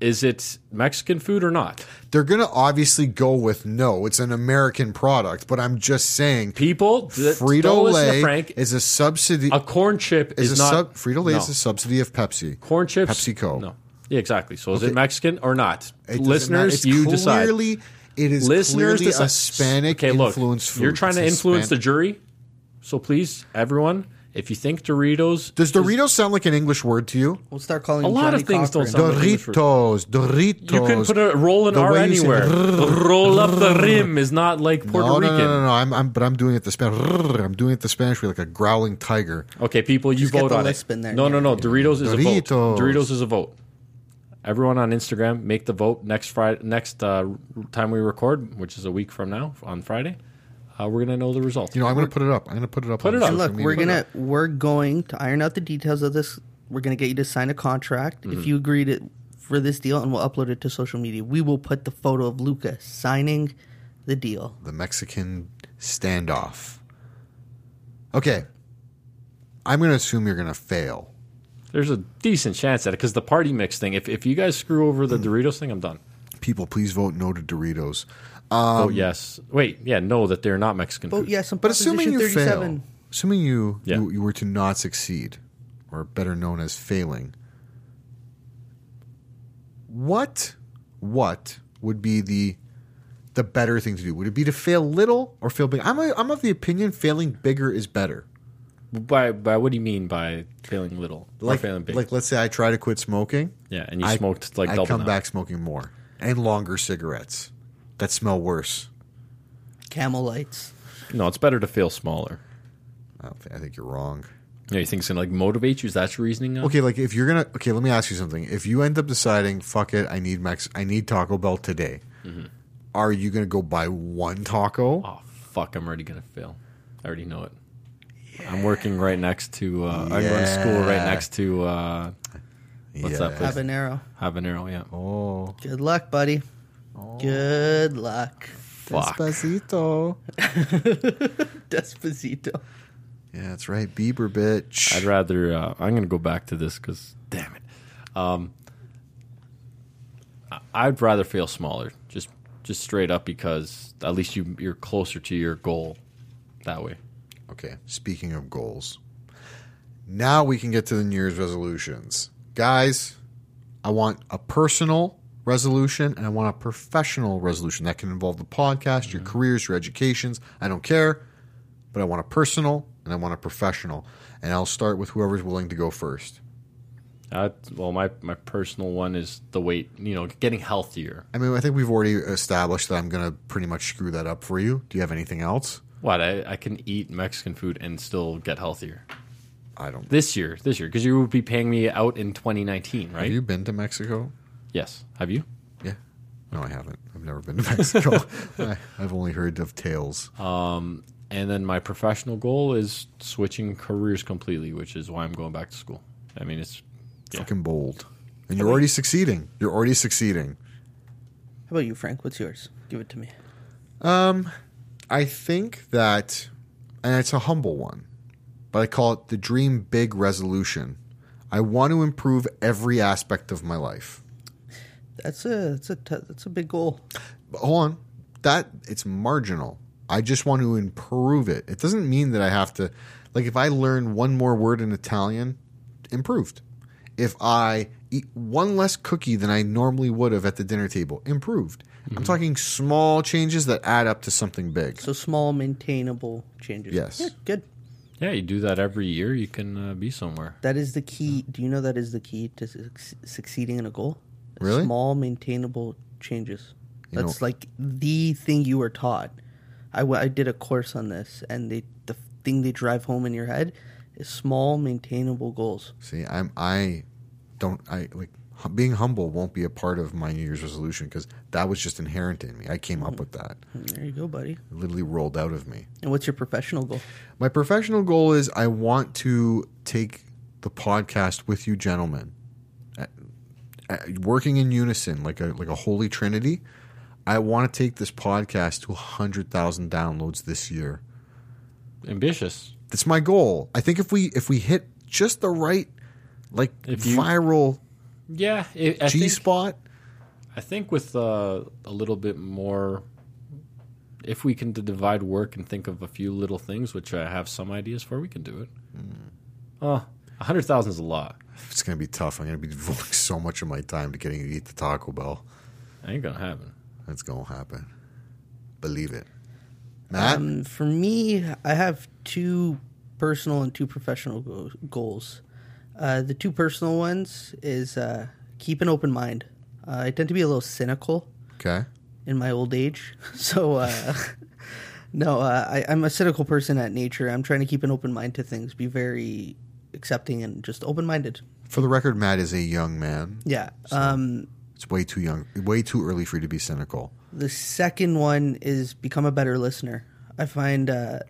is it Mexican food or not?
They're going to obviously go with no, it's an American product, but I'm just saying
People, th- don't
Frito
listen to
Lay
Frank.
is a subsidy.
A corn chip is,
is a
not
sub Frito Lay
no.
is a subsidy of Pepsi.
corn chips.
PepsiCo.
No, yeah, exactly. So is
Okay.
it Mexican or not?
It doesn't matter.
Listeners,
It's
you decide.
clearly, It is
listeners
clearly
decide-
a Hispanic
okay, look,
influence food.
You're trying to
It's
influence the
Hispanic.
jury, so please, everyone, if you think Doritos,
Does Doritos sound like an English word to you?
We'll start calling
A lot
Johnny
of things
Cochran.
don't sound- like an English word.
Doritos, Doritos.
you can put a roll an
The
R
way you say
anywhere. roll up the rim is not like Puerto
no,
Rican.
No, no, no, no. I'm, I'm, but I'm doing it the Spanish. I'm doing it the Spanish way, like a growling tiger.
Okay, people, you
Just get
vote
the
on it.
lisp in there.
No, no, no. Doritos is a
Doritos.
vote. Doritos is a vote. Everyone on Instagram, make the vote next Friday. Next uh, time we record, which is a week from now on Friday, uh, we're gonna know the results.
You know, I'm going to put it up. I'm going to put it up.
Put
on
it up.
social
And look,
media.
we're
Put it
gonna
up.
we're going to iron out the details of this. We're gonna get you to sign a contract
Mm-hmm.
if you agree to for this deal, and we'll upload it to social media. We will put the photo of Luca signing the deal.
the Mexican standoff. Okay, I'm going to assume you're going to fail.
There's a decent chance at it because the party mix thing. If if you guys screw over the Doritos thing, I'm done.
People, please vote no to Doritos. Um,
vote yes. Wait, yeah, no, that they're not Mexican.
But
food.
yes, I'm
But assuming you
37.
fail, assuming you,
Yeah.
you you were to not succeed, or better known as failing, what what would be the the better thing to do? Would it be to fail little or fail big? I'm a, I'm of the opinion failing bigger is better.
By by, what do you mean by failing little
Like
or failing big?
like let's say I try to quit smoking.
yeah, and you
I-
smoked like
I
double.
come
now.
back smoking more and longer cigarettes that smell worse.
Camel lights.
No, it's better to fail smaller.
I, don't think, I think you're wrong.
Yeah, you think it's gonna like motivate you? Is that your reasoning? now?
Okay, like if you're gonna okay, let me ask you something. If you end up deciding, fuck it, I need Mex, I need Taco Bell today. Are you gonna go buy one taco?
Oh fuck! I'm already gonna fail. I already know it. I'm working right next to. Uh, I'm going to school right
Yeah.
next to uh, what's that place?
Habanero.
Habanero. Yeah.
Oh,
Good luck, buddy. Good luck.
fuck.
Despacito.
Despacito.
Yeah, that's right, Bieber bitch.
I'd rather. Uh, I'm gonna go back to this because damn it. Um, I- I'd rather fail smaller. Just just straight up because at least you you're closer to your goal that way.
Okay. Speaking of goals, now we can get to the New Year's resolutions. Guys, I want a personal resolution and I want a professional resolution that can involve the podcast, your careers, your educations. I don't care, but I want a personal and I want a professional. And I'll start with whoever's willing to go first.
Uh, well, my my personal one is the weight. You know, getting healthier.
I mean, I think we've already established that I'm going to pretty much screw that up for you. Do you have anything else?
What I, I can eat Mexican food and still get healthier
I don't.
this year. This year because you would be paying me out in 2019, right?
Have you been to Mexico?
Yes. Have you?
Yeah. No, I haven't. I've never been to Mexico. I, I've only heard of tales.
And then my professional goal is switching careers completely, which is why I'm going back to school. I mean, it's
Fucking bold. And you're already succeeding. You're already succeeding.
How about you, Frank? What's yours? Give it to me.
Um, I think that, and it's a humble one, but I call it the dream big resolution. I want to improve every aspect of my life.
That's a that's a t- that's a big goal.
But hold on that it's marginal i just want to improve it it doesn't mean that i have to like if i learn one more word in italian improved if i eat one less cookie than i normally would have at the dinner table improved i'm talking small changes that add up to something big
So small, maintainable changes.
Yes.
Yeah, good.
yeah. You do that every year, you can uh, be somewhere.
That is the key. Do you know that is the key to suc succeeding in a goal?
Really?
Small, maintainable changes.
You
That's
know-
like the thing you were taught. I, w- I did a course on this, and they, the thing they drive home in your head is small, maintainable goals.
see i'm i don't i like hum- being humble won't be a part of my new year's resolution because that was just inherent in me i came up with that
There you go, buddy.
it literally rolled out of me
And what's your professional goal?
My professional goal is I want to take the podcast with you gentlemen, Uh, uh, working in unison like a like a holy trinity. I want to take this podcast to hundred thousand downloads this year.
Ambitious.
That's my goal. I think if we if we hit just the right like
If you-
viral
Yeah. It, I
G
think-
spot,
I think with uh, a little bit more, if we can d- divide work and think of a few little things, which I have some ideas for, we can do it. Uh, a hundred thousand is a lot.
it's going to be tough. I'm going to be devoting so much of my time to getting to eat the Taco Bell.
ain't gonna happen.
That's going to happen. Believe it, Matt.
Um, for me, I have two personal and two professional go- goals. Uh, the two personal ones is uh, keep an open mind. Uh, I tend to be a little cynical
okay.
in my old age, so uh, no, uh, I, I'm a cynical person at nature. I'm trying to keep an open mind to things, be very accepting and just open minded.
For the record, Matt is a young man.
Yeah. Um,
It's way too young, way too early for you to be cynical.
The second one is become a better listener. I find uh,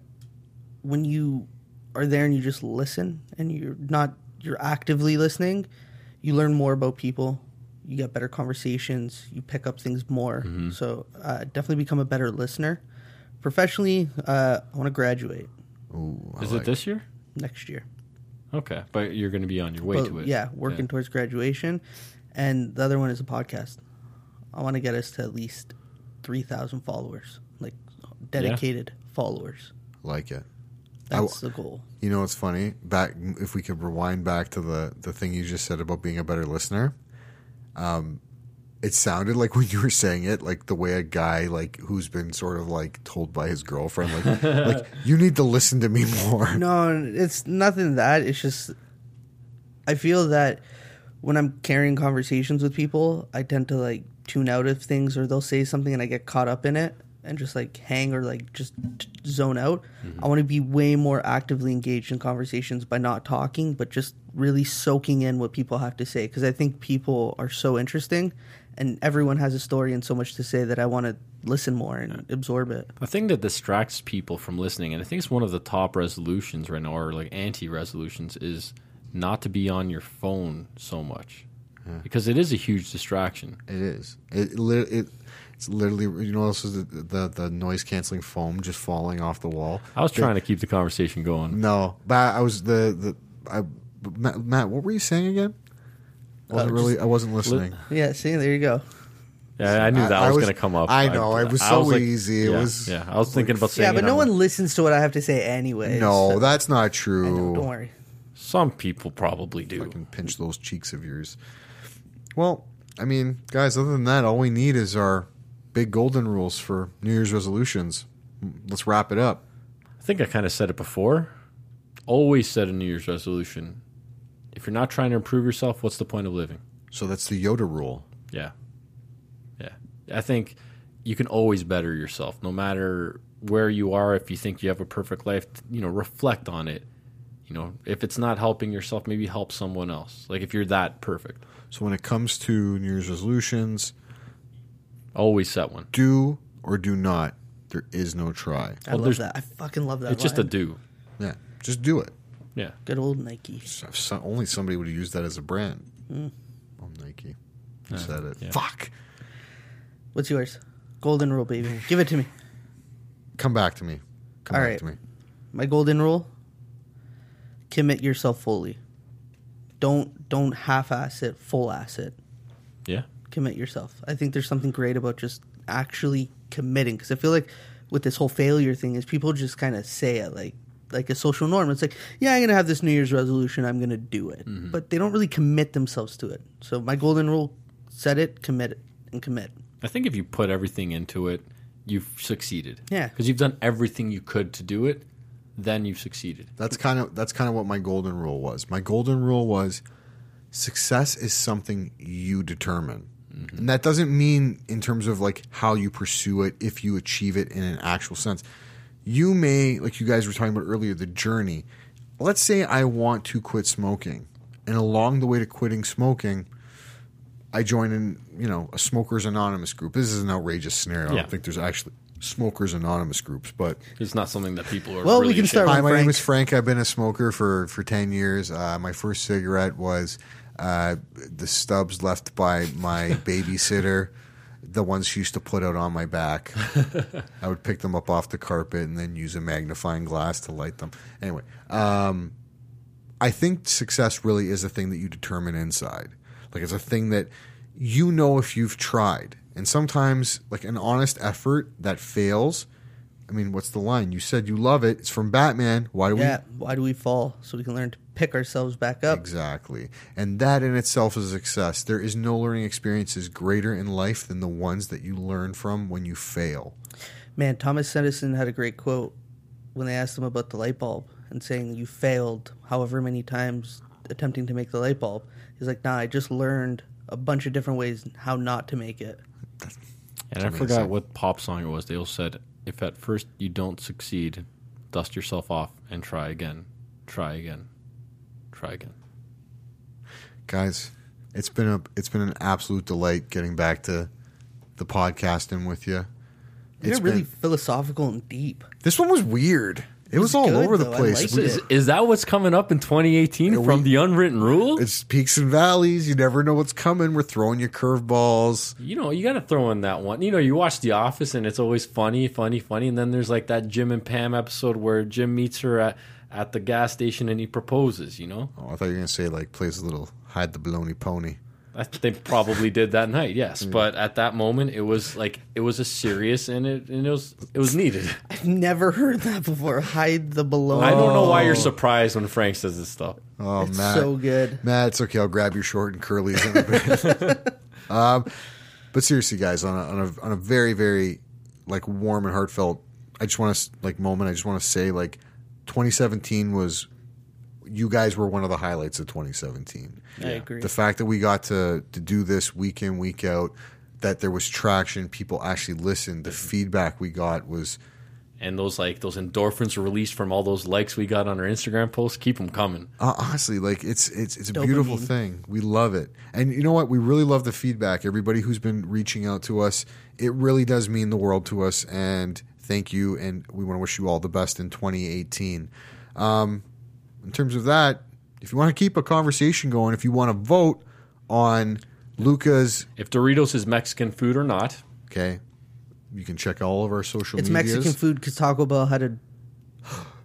when you are there and you just listen and you're not you're actively listening, you learn more about people. You get better conversations. You pick up things more. So uh, definitely become a better listener. Professionally, uh, I want to graduate
Ooh, I
is
like-
it this year?
next year.
Okay, but you're gonna be on your way
Well,
to it.
Yeah, working towards graduation. And the other one is a podcast. I want to get us to at least 3,000 followers, like dedicated followers.
like it. I w-
That's the goal.
You know what's funny? Back if we could rewind back to the the thing you just said about being a better listener. Um, it sounded like when you were saying it, like the way a guy like who's been sort of like told by his girlfriend, like, like you need to listen to me more.
No, it's nothing that. It's just, I feel that when I'm carrying conversations with people, I tend to like tune out of things or they'll say something and I get caught up in it and just like hang or like just t- zone out. I want to be way more actively engaged in conversations by not talking, but just really soaking in what people have to say because I think people are so interesting and everyone has a story and so much to say that I want to listen more and absorb it.
The thing that distracts people from listening, and I think it's one of the top resolutions right now, or like anti resolutions, is not to be on your phone so much. Because it is a huge distraction.
It is. It, lit it it's literally. You know, also the the, the noise canceling foam just falling off the wall.
I was trying to keep the conversation going.
No, but I was the the I, Matt, Matt. What were you saying again? I wasn't
Uh, just-
really. I wasn't listening.
Yeah, see, there you go.
Yeah, I knew that
I- I
was,
was-
going to come up.
I know, it was so easy, it
yeah,
was-
Yeah, I was thinking about saying.
yeah, but
it
no
on-
one listens to what I have to say anyway.
No, that's not true.
uh, don't worry.
Some people probably do.
Fucking pinch those cheeks of yours. Well, I mean, guys, other than that, all we need is our big golden rules for New Year's resolutions. Let's wrap it up.
I think I kind of said it before. Always set a New Year's resolution. If you're not trying to improve yourself, what's the point of living?
So that's the Yoda rule.
Yeah. Yeah. I think you can always better yourself no matter where you are if you think you have a perfect life, you know, reflect on it. You know, if it's not helping yourself, maybe help someone else. Like if you're that perfect,
So when it comes to New Year's resolutions,
always set one.
do or do not. There is no try.
I
Well,
love
there's-
that. I fucking love that.
It's just a
line.
do.
Yeah, just do it.
Yeah.
good old Nike.
If so- only somebody would have used that as a brand.
Hmm.
Oh, Nike. You said it.
yeah.
Fuck.
What's yours? Golden rule, baby. Give it to me.
Come back to me. Come
All
back
right.
to me.
My golden rule: commit yourself fully. Don't don't half-ass it. Full-ass it.
Yeah.
commit yourself. I think there's something great about just actually committing because I feel like with this whole failure thing is people just kind of say it like like a social norm. It's like, yeah, I'm gonna have this New Year's resolution. I'm gonna do it, but they don't really commit themselves to it. So my golden rule: set it, commit it, and commit.
I think if you put everything into it, you've succeeded.
Yeah.
Because you've done everything you could to do it, then you've succeeded.
That's kind of that's kind of what my golden rule was. My golden rule was success is something you determine. And that doesn't mean in terms of like how you pursue it if you achieve it in an actual sense. You may like you guys were talking about earlier the journey. Let's say I want to quit smoking and along the way to quitting smoking I join in, you know, a smokers anonymous group. This is an outrageous scenario. I
Yeah.
don't think there's actually smokers anonymous groups, but
It's not something that people are
Well, we
really
can start
ashamed
Hi,
I'm
my
Frank.
name is Frank. I've been a smoker for, for 10 years. Uh, my first cigarette was uh, the stubs left by my babysitter, the ones she used to put out on my back. I would pick them up off the carpet and then use a magnifying glass to light them. Anyway, I think success really is a thing that you determine inside. Like it's a thing that you know if you've tried. And sometimes like an honest effort that fails. I mean, what's the line? You said you love it. It's from Batman. Why do
Yeah. Why do we fall? So we can learn to pick ourselves back
we
up.
Exactly. And that in itself is a success. There is no learning experiences greater in life than the ones that you learn from when you fail.
Man, Thomas Edison had a great quote when they asked him about the light bulb and saying, You failed however many times attempting to make the light bulb. He's like, Nah, I just learned a bunch of different ways how not to make it.
And I
Amazing.
forgot what pop song it was. They all said, if at first you don't succeed, dust yourself off and try again. Try again. Try again.
guys it's been a it's been an absolute delight getting back to the podcasting with you
They're
It's
really
been-
philosophill and deep.
this one was weird it was all
good,
over the
though. I
place
liked
We-
it.
Is, is that what's coming up in 2018
we-
from the unwritten rule?
it's peaks and valleys you never know what's coming we're throwing you curveballs
You know, you got to throw in that one. You know, you watch The Office and it's always funny, funny, funny. And then there's like that Jim and Pam episode where Jim meets her at, at the gas station and he proposes, you know?
oh i thought you were going to say like plays a little hide the baloney pony
I think they probably did that night, yes. But at that moment, it was like, it was a serious and it, and it, was, it was needed.
I've never heard that before. Hide the baloney.
I don't know why you're surprised when Frank says this stuff.
oh
It's
matt
so good.
matt it's okay i'll grab your short and curlies in a bit um, but seriously guys on a, on a on a very very like warm and heartfelt i just want to like moment i just want to say like 2017 was you guys were one of the highlights of 2017.
I agree.
The fact that we got to to do this week in week out, that there was traction, people actually listened. The
Mm-hmm.
feedback we got was
And those like those endorphins released from all those likes we got on our Instagram posts. Keep them coming.
uh, honestly like it's it's it's a beautiful
Dopamine.
thing. We love it, and you know what? We really love the feedback. Everybody who's been reaching out to us, it really does mean the world to us. And thank you, and we want to wish you all the best in 2018. in terms of that, if you want to keep a conversation going, if you want to vote on Luca's,
If Doritos is Mexican food or not,
okay, you can check all of our social
It's
medias.
Mexican food because Taco Bell had a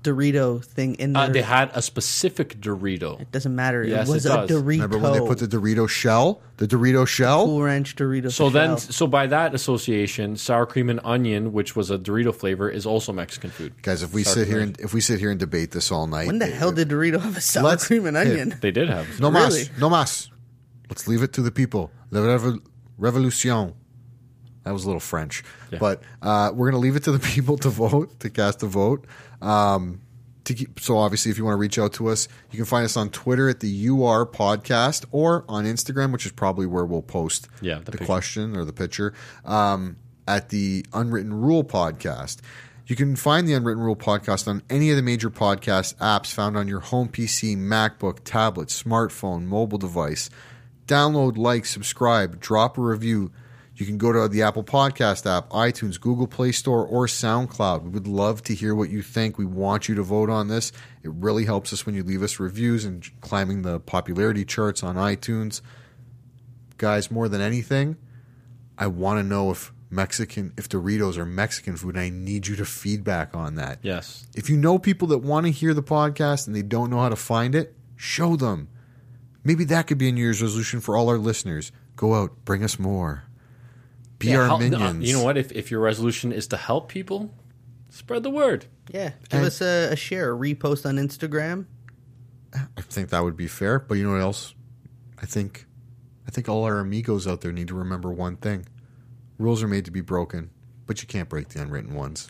Dorito thing in there.
Uh, they had a specific Dorito.
doesn't matter.
Yes,
it was
it
a
does.
Dorito.
Remember when they put the Dorito shell? The Dorito shell?
Cool Ranch Dorito?
So then,
shell.
so by that association, sour cream and onion, which was a Dorito flavor, is also Mexican food.
Guys, if we
Sour
sit
cream
here
and-
and if we sit here and debate this all night,
when the
it-
hell did Dorito have a sour
Let's-
cream and
hey,
onion?
they did have
No
Really?
mas, no mas. Let's leave it to the people. La revo- revolution. That was a little French, but uh, we're going to leave it to the people to vote to cast a vote. Um, to keep, so obviously, if you want to reach out to us, you can find us on Twitter at the UR Podcast or on Instagram, which is probably where we'll post
Yeah, the
the,
picture.
question or the picture um, at the Unwritten Rule Podcast. You can find the Unwritten Rule Podcast on any of the major podcast apps found on your home PC, MacBook, tablet, smartphone, mobile device. Download, like, subscribe, drop a review. You can go to the Apple Podcast app, iTunes, Google Play Store, or SoundCloud. We would love to hear what you think. We want you to vote on this. It really helps us when you leave us reviews and climbing the popularity charts on iTunes guys, more than anything, I want to know if Mexican, if Doritos are Mexican food, and I need you to feedback on that.
Yes.
If you know people that want to hear the podcast and they don't know how to find it, show them. Maybe that could be a New Year's resolution for all our listeners. Go out, bring us more. Be
Yeah,
our
help-
minions.
uh, you know what? If, if your resolution is to help people, spread the word.
yeah, give us a, a share, a repost on Instagram.
I think that would be fair. But you know what else? I think, I think all our amigos out there need to remember one thing: rules are made to be broken, but you can't break the unwritten ones.